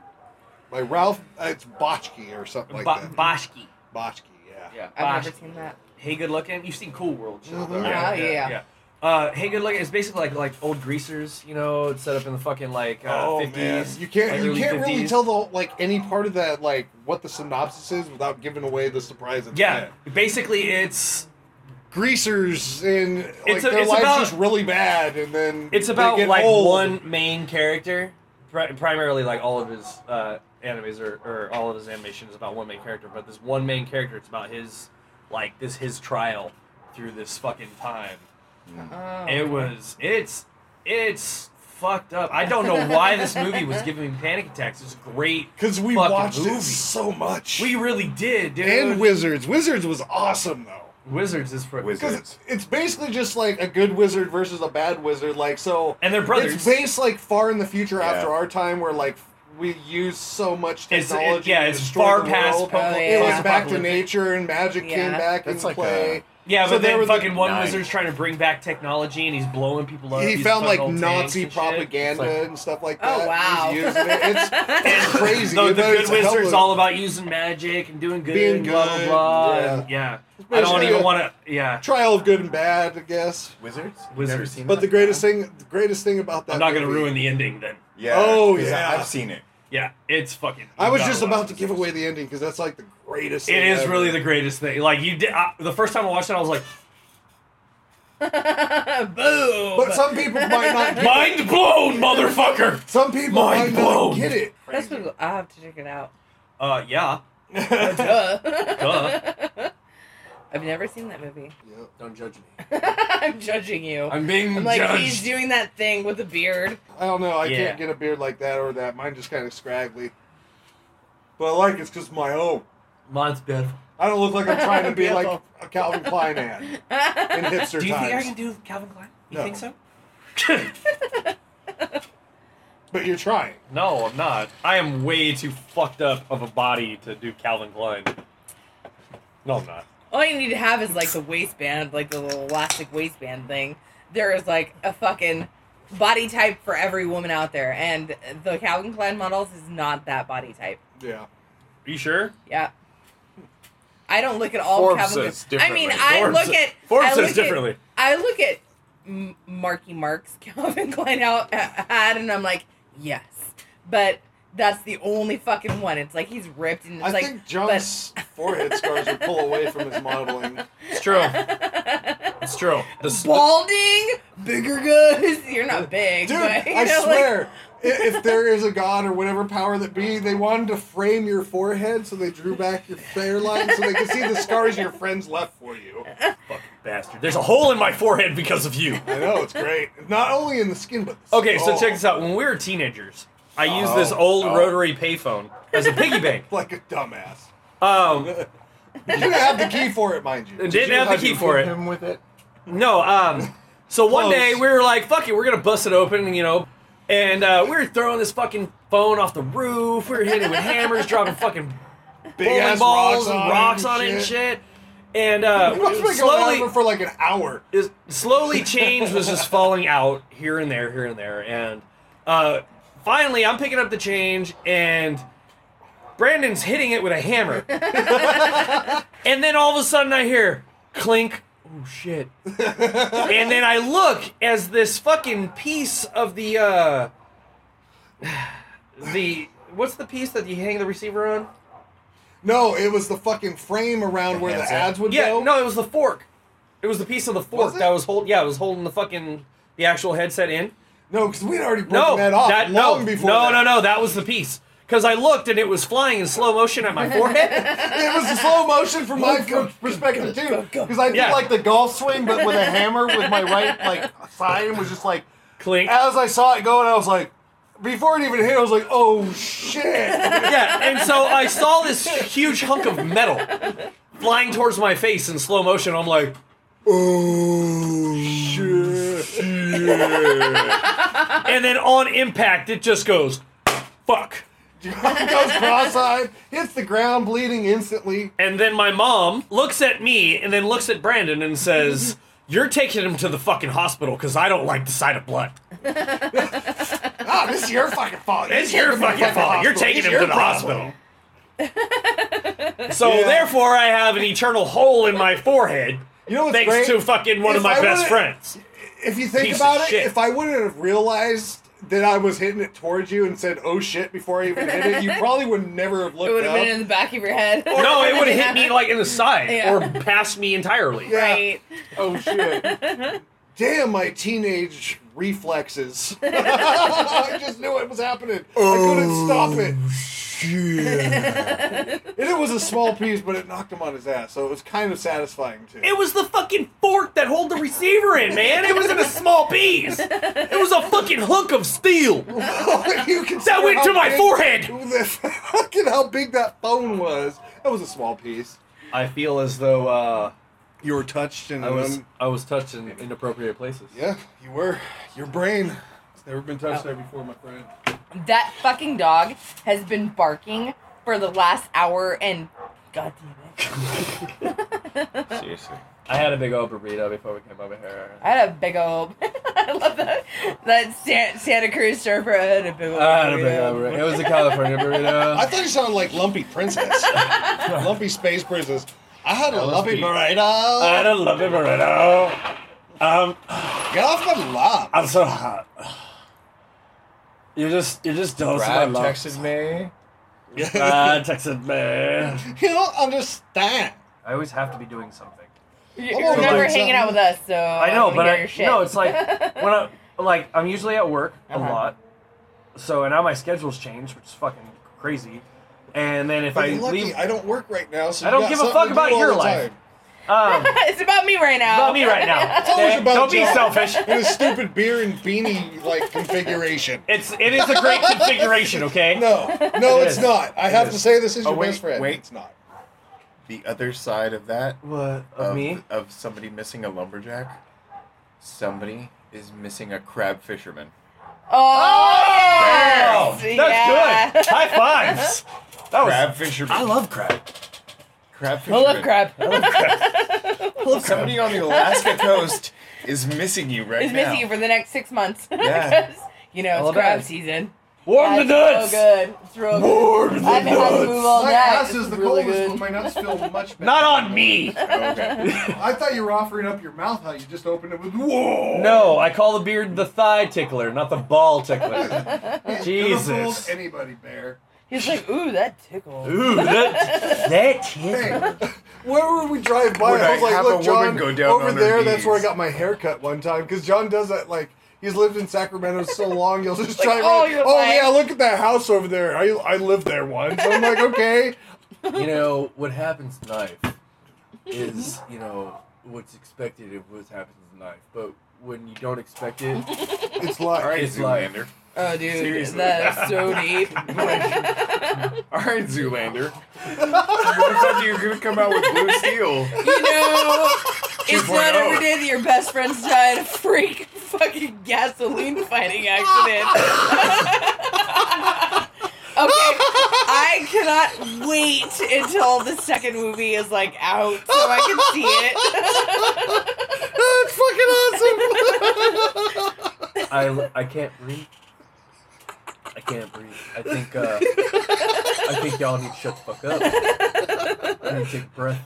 E: by Ralph. uh, It's Botchke or something like
D: Ba-
E: that.
D: Boschke.
E: Botchke, yeah.
D: Yeah,
A: I've
D: Boschke.
A: never seen that.
D: Hey Good Looking. You've seen Cool World. Show, though,
E: Mhm.
D: right?
A: Ah, yeah.
D: Uh, hey Good Looking. It's basically like like old greasers, you know, it's set up in the fucking like uh,
E: oh
D: 50s.
E: man, you can't
D: like,
E: you
D: early
E: can't really
D: 50s.
E: tell the like any part of that like what the synopsis is without giving away the surprise. At the
D: Yeah,
E: end.
D: basically it's
E: greasers and like
D: It's a-
E: their
D: it's
E: lives
D: about-
E: just really bad, and then
D: It's
E: they
D: about
E: get
D: like
E: old.
D: one main character. Pri- primarily, like all of his uh, animes or, or all of his animation is about one main character. But this one main character, it's about his like this his trial through this fucking time.
E: Mm.
A: Oh.
D: It was it's it's fucked up. I don't know why this movie was giving me panic attacks. It's great.
E: Because we
D: fucking
E: watched
D: movie.
E: it so much.
D: We really did, dude.
E: and Wizards. Wizards was awesome though.
D: Wizards is for
C: Wizards.
E: Because it's, it's basically just like a good wizard versus a bad wizard. Like so,
D: and they're brothers.
E: it's based like far in the future
C: Yeah.
E: after our time, where like we use so much
D: It's- it-
E: technology.
D: yeah,
E: to
D: it's
E: destroy
D: far
E: the
D: past
E: world.
D: po-
A: Oh,
E: It
A: yeah.
E: was back to
D: apocalyptic.
E: nature, and magic came
A: Yeah.
E: back
C: That's
E: into
C: like
E: play.
C: a-
D: Yeah,
E: So
D: but
E: there
D: then
E: was a-
D: fucking one
C: Nine.
D: wizard's trying to bring back technology and he's blowing people up.
E: he
D: He's
E: found like
D: fucking old tanks
E: Nazi
D: and shit.
E: propaganda
C: It's like-
E: and stuff like that.
A: Oh, wow.
E: He's using it. It's, it's crazy.
D: The, the
E: It
D: good
E: makes a hell
D: wizard's
E: of-
D: all about using magic and doing good,
E: Being
D: and blah blah
E: good,
D: blah. and- Yeah, I don't
E: Basically,
D: even
E: a
D: want to. Yeah,
E: trial of good and bad, I guess.
C: Wizards? You've
D: Wizards.
C: never seen
E: But
C: that?
E: the greatest thing, the greatest thing about that.
D: I'm not gonna
E: movie-
D: ruin the ending then.
C: Yeah.
E: Oh,
C: 'cause
E: yeah.
C: I've seen it.
D: Yeah, it's fucking.
E: I was
D: you gotta
E: just
D: watch
E: about to
D: this.
E: give away the ending because that's like the greatest.
D: It
E: thing
D: is
E: ever.
D: really the greatest thing. Like you did I, the first time I watched it, I was like,
A: Boom.
E: But some people might not. Get,
D: mind blown, motherfucker.
E: some people
D: Mind
E: might
D: blown.
E: not get it.
A: That's what I have to check it out.
D: Uh, yeah.
A: Duh.
D: Duh.
A: I've never seen that movie.
E: Yep.
D: Don't judge me.
A: I'm judging you.
D: I'm being
A: I'm like he's
D: judged.
A: doing that thing with a beard.
E: I don't know. I
D: Yeah.
E: can't get a beard like that or that. Mine just kind of scraggly. But I like it's because my own.
D: Mine's beautiful.
E: I don't look like I'm trying to be like
A: Beautiful.
E: a Calvin Klein ad in hipster
D: Do you
E: times.
D: think I can do Calvin Klein? You
E: No.
D: think so?
E: But you're trying.
D: no, I'm not. I am way too fucked up of a body to do Calvin Klein. No, I'm not.
A: All you need to have is like the waistband, like the little elastic waistband thing. There is like a fucking body type for every woman out there, and the Calvin Klein models is not that body type.
E: Yeah.
D: Are you sure?
A: Yeah. I don't look at all
C: Forbes
A: Calvin
C: says
A: Klein. I mean,
C: differently.
A: I
D: Forbes-
A: look at
D: Forbes
A: I
D: says
A: look
D: differently.
A: At, I look at M- Marky Mark's Calvin Klein out ad, and I'm like, yes, but that's the only fucking one. It's like he's ripped, and it's
E: I
A: like
E: think John's forehead scars would pull away from his modeling.
D: It's true. It's true. The s-
A: balding, bigger guys. You're not big,
E: Dude,
A: but, you
E: I
A: know, like-
E: swear, i- if there is a god or whatever power that be, they wanted to frame your forehead, so they drew back your hairline so they could see the scars your friends left for you.
D: fucking bastard. There's a hole in my forehead because of you.
E: I know it's great, not only in the skin but the
D: Okay, so
E: skull.
D: check this out. When we were teenagers, I used
C: Oh,
D: this old
C: oh.
D: rotary payphone as a piggy bank.
E: Like a dumbass.
D: Um,
E: You didn't have the key for it, mind you.
D: didn't have the key for it.
C: Him with it.
D: No, um, so one
E: Close.
D: day we were like, fuck it, we're gonna bust it open, you know. And uh, we were throwing this fucking phone off the roof, we were hitting it with hammers, dropping fucking
E: Big
D: bowling
E: ass
D: balls and
E: on
D: rocks on it and shit. And uh,
E: It must have been
D: slowly,
E: going on for like an hour.
D: is slowly change was just falling out here and there, here and there, and uh, finally I'm picking up the change and Brandon's hitting it with a hammer, and then all of a sudden I hear clink. Oh shit! and then I look as this fucking piece of the uh, the what's the piece that you hang the receiver on?
E: No, it was the fucking frame around where the
C: handset?
E: ads would
D: Yeah,
E: go.
D: no, it was the fork. It was the piece of the fork
E: it?
D: that was holding. Yeah, it was holding the fucking the actual headset in.
E: No, because we'd already broken
D: No,
E: that off
D: that-
E: long
D: no,
E: before.
D: No,
E: that.
D: no, no, that was the piece. Because I looked and it was flying in slow motion at my forehead.
E: It was slow motion from my perspective too, because I did
D: Yeah.
E: like the golf swing, but with a hammer with my right like side, and was just like
D: Clink.
E: as I saw it going, I was like, before it even hit, I was like, oh shit!
D: Yeah, and so I saw this huge hunk of metal flying towards my face in slow motion. I'm like,
E: Oh shit!
D: and then on impact, it just goes, fuck.
E: John goes cross-eyed, hits the ground, bleeding instantly.
D: And then my mom looks at me and then looks at Brandon and says, You're taking him to the fucking hospital because I don't like the sight of blood.
E: Ah, this is your fucking fault. You
D: It's
E: took
D: your
E: him to the
D: fucking fault. You're
E: hospital.
D: taking
E: It's
D: him
E: your
D: to the
E: problem.
D: hospital. So
E: Yeah.
D: therefore, I have an eternal hole in my forehead.
E: You know what's
D: thanks
E: great?
D: to fucking one of
E: If
D: my
E: I
D: best
E: would've-
D: friends.
E: if you think
D: Piece of
E: about it,
D: shit.
E: if I wouldn't have realized that I was hitting it towards you and said "oh shit" before I even hit it, you probably would never have
A: It would
E: looked
A: have
E: up.
A: been in the back of your head.
D: No, it would have hit me like in the side
A: Yeah.
D: or past me entirely.
E: Yeah.
A: right.
E: oh shit! Damn, my teenage reflexes. I just knew it was happening. I couldn't stop it.
D: Oh.
E: And it was a small piece, but it knocked him on his ass, so it was kind of satisfying too.
D: It was the fucking fork that hold the receiver in, man. It wasn't a small piece. It was a fucking hook of steel
E: you can
D: that went to my forehead.
E: Fucking how big that phone was. That was a small piece.
D: I feel as though uh,
E: You were touched and
D: I was touched in inappropriate places.
E: Yeah, you were. Your brain. It's never been touched there before, my friend.
A: That fucking dog has been barking for the last hour and god damn it.
C: Seriously.
D: I had a big old burrito before we came over here.
A: I had a big old. I love that. That San, Santa Cruz surfer I had a big old.
D: I had a big
A: burrito.
D: old burrito. It was a California
B: I
D: burrito.
B: thought you sounded like Lumpy Princess. Lumpy Space Princess. I had a
C: That was
B: lumpy
C: me.
D: I had
B: burrito.
D: a lovely burrito. Um,
B: Get off my lap.
D: I'm so hot. You just, you just dosed my
C: Brad
D: love.
C: texted me.
D: Brad texted me.
B: You don't understand.
D: I always have to be doing something.
A: You-
B: I'm
A: You're
B: gonna
A: never
B: learn
A: hanging out with us, so
H: I know,
A: wanna
H: but
A: hear
H: I-
A: your shit.
H: no, it's like, when I like I'm usually at work a
A: Uh-huh.
H: lot, so and now my schedule's changed, which is fucking crazy. And then if
B: But
H: I
B: you're lucky
H: leave,
B: I don't work right now, so
H: I
B: you
H: don't
B: got
H: give a
B: something
H: fuck
B: to
H: about
B: do all
H: your
B: the
H: life. um,
B: time.
A: it's about me right now.
H: about me right now. Eh,
B: It's always about
H: Don't be
B: John.
H: selfish.
B: In a stupid beer and beanie like configuration.
H: It's it is a great configuration, okay?
B: No, no,
H: It
B: it's
H: is.
B: not. I have to
C: is.
B: say this is
C: Oh,
B: your
C: wait,
B: best friend.
C: wait.
B: It's not.
C: The other side of that
H: What of,
B: Um,
C: of,
H: me?
C: of somebody missing a lumberjack, somebody is missing a crab fisherman.
A: Oh,
H: that's
A: yes. yeah.
H: good. High fives.
D: Oh,
H: That was.
C: Crab fisherman.
H: I love crab.
C: crab fisherman.
A: I love crab.
C: Somebody on the Alaska coast is missing you right
A: Is
C: now.
A: missing you for the next six months.
C: Yeah.
A: 'Cause, you know,
D: Well,
A: it's crab
D: bad.
A: season.
D: Warm the
A: Yeah,
D: nuts.
A: it's So good. It's real good.
D: Warm the
A: I've been having move
D: nuts.
A: all
E: My
A: night.
E: ass
A: This
E: is the
A: really
E: coldest, but
A: good.
E: my nuts feel much better.
H: Not on me.
C: Oh, okay.
E: I thought you were offering up your mouth how you just opened it with whoa.
D: No, I call the beard the thigh tickler, not the ball tickler.
E: You're
D: Jesus.
E: fooled anybody, bear.
A: He's like, ooh, that tickles.
D: Ooh, that that
E: Hey,
D: tickler.
E: wherever we drive by,
C: Would
E: I
C: I
E: was like,
C: have a
E: look,
C: woman
E: John,
C: go down
E: over
C: on her
E: there, that's where I
C: knees?"
E: got my haircut one time. Because John does that, like, he's lived in Sacramento so long, you'll just
A: Like,
E: drive
A: all
E: around,
A: your
E: Oh,
A: life."
E: yeah, look at that house over there. I, I lived there once. I'm like, okay.
D: You know what happens in life is you know what's expected of what happens in life, but when you don't expect it,
E: It's
C: All
E: like,
C: right,
D: It's like-
C: Zoolander.
A: Oh, dude,
C: Seriously.
A: that is so deep.
C: All right, Zoolander. I thought you were gonna come out with Blue Steel.
A: you know, it's
C: 2.0.
A: not every day that your best friend's died in a freak fucking gasoline fighting accident. okay, I cannot wait until the second movie is like out so I can see
B: That's fucking
A: it.
B: awesome.
D: I I can't breathe. I can't breathe. I think uh, I think y'all need to shut the fuck up. I need to take a breath.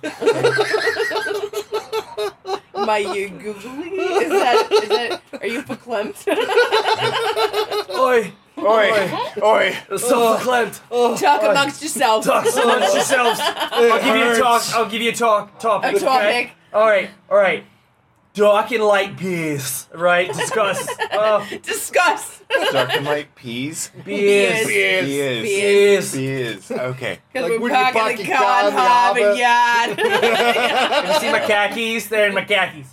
A: My you googly is that is that are you verklempt?
D: Oi,
C: Oi, oi.
D: self clamped.
A: Talk amongst yourselves.
D: Talk amongst yourselves. I'll give you a talk. I'll give you a talk topic.
A: A topic.
D: okay? All right, all right. Dark and light beers, right? Discuss. Oh,
A: Discuss.
C: Dark and light peas.
D: beers.
A: Beers.
C: Peas.
A: Beers.
D: Beers.
C: Peas. Okay.
A: Because
E: Like,
A: we're
E: when you're
A: packing the
E: packing Cobb,
A: con hob and yard.
D: You see my khakis? They're in my khakis.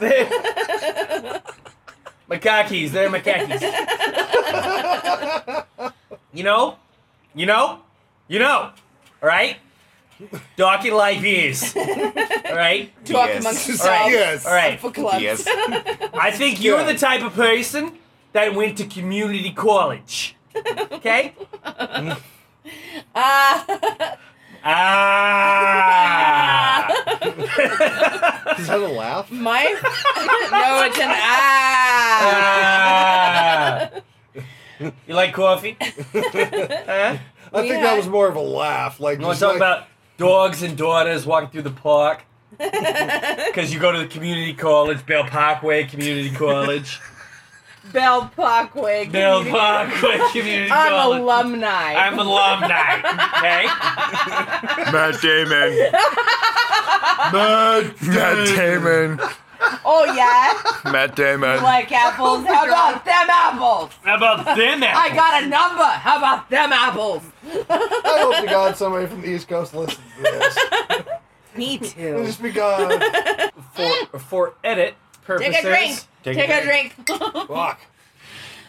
D: They're- my khakis. They're in my khakis. You know? You know? You know? All right? Dark and light beers. All right?
A: Talk
C: Yes.
A: amongst
C: All
A: yourselves.
D: right,
B: yes.
D: All right.
A: For clubs.
C: Yes.
D: I think you're the type of person that went to community college. Okay?
A: Ah.
D: Ah!
B: Is that a laugh?
A: My. no, it's an ah.
D: Ah. You like coffee? Huh?
E: I
A: We
E: think that
A: had-
E: was more of a laugh. Like,
D: You want
E: just
D: to talk
E: like,
D: about dogs and daughters walking through the park? Because you go to the community college, Bell Parkway Community College.
A: Bell Parkway.
D: Bell
A: Community-
D: Parkway Community
A: I'm
D: College.
A: alumni.
D: I'm alumni. Okay?
C: Matt Damon. Matt, Matt Damon.
A: oh yeah.
C: Matt Damon.
A: You like apples? How about them apples?
D: How about them apples?
A: I got a number. How about them apples?
E: I hope to God somebody from the East Coast listens to this.
A: Me
E: It'll
A: too.
E: just be gone.
D: for, for edit purposes.
A: Take a drink. Take, a drink.
E: Fuck.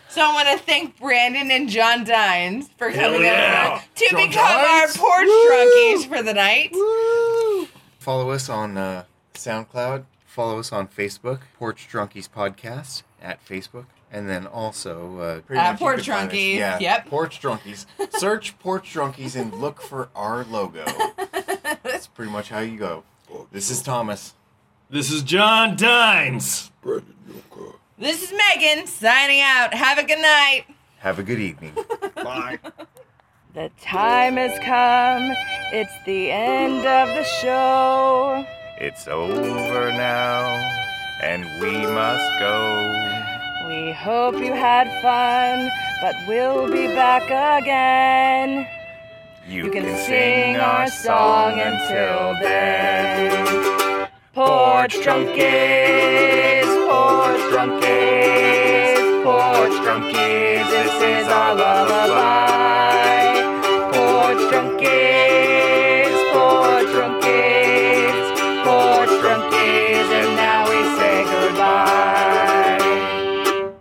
A: So I want to thank Brandon and John Dines for coming
D: yeah.
A: over to
E: John
A: become
E: Dines?
A: our porch
E: Woo!
A: drunkies for the night.
C: Follow us on uh, SoundCloud. Follow us on Facebook, Porch Drunkies Podcast at Facebook. and then also uh, pretty
G: Uh,
C: much you
G: Porch
C: could find us-
G: Drunkies,
C: Yeah,
G: yep.
C: porch drunkies. Search porch drunkies and look for our logo. That's pretty much how you go. This is Thomas.
D: This is John Dines.
A: This is Megan signing out. Have a good night.
C: Have a good evening. Bye.
A: The time has come. It's the end of the show.
D: It's over now, and we must go.
A: We hope you had fun, but we'll be back again.
D: You,
A: You can sing our song until then. Porch drunkies, porch drunkies, porch drunkies. This is our lullaby.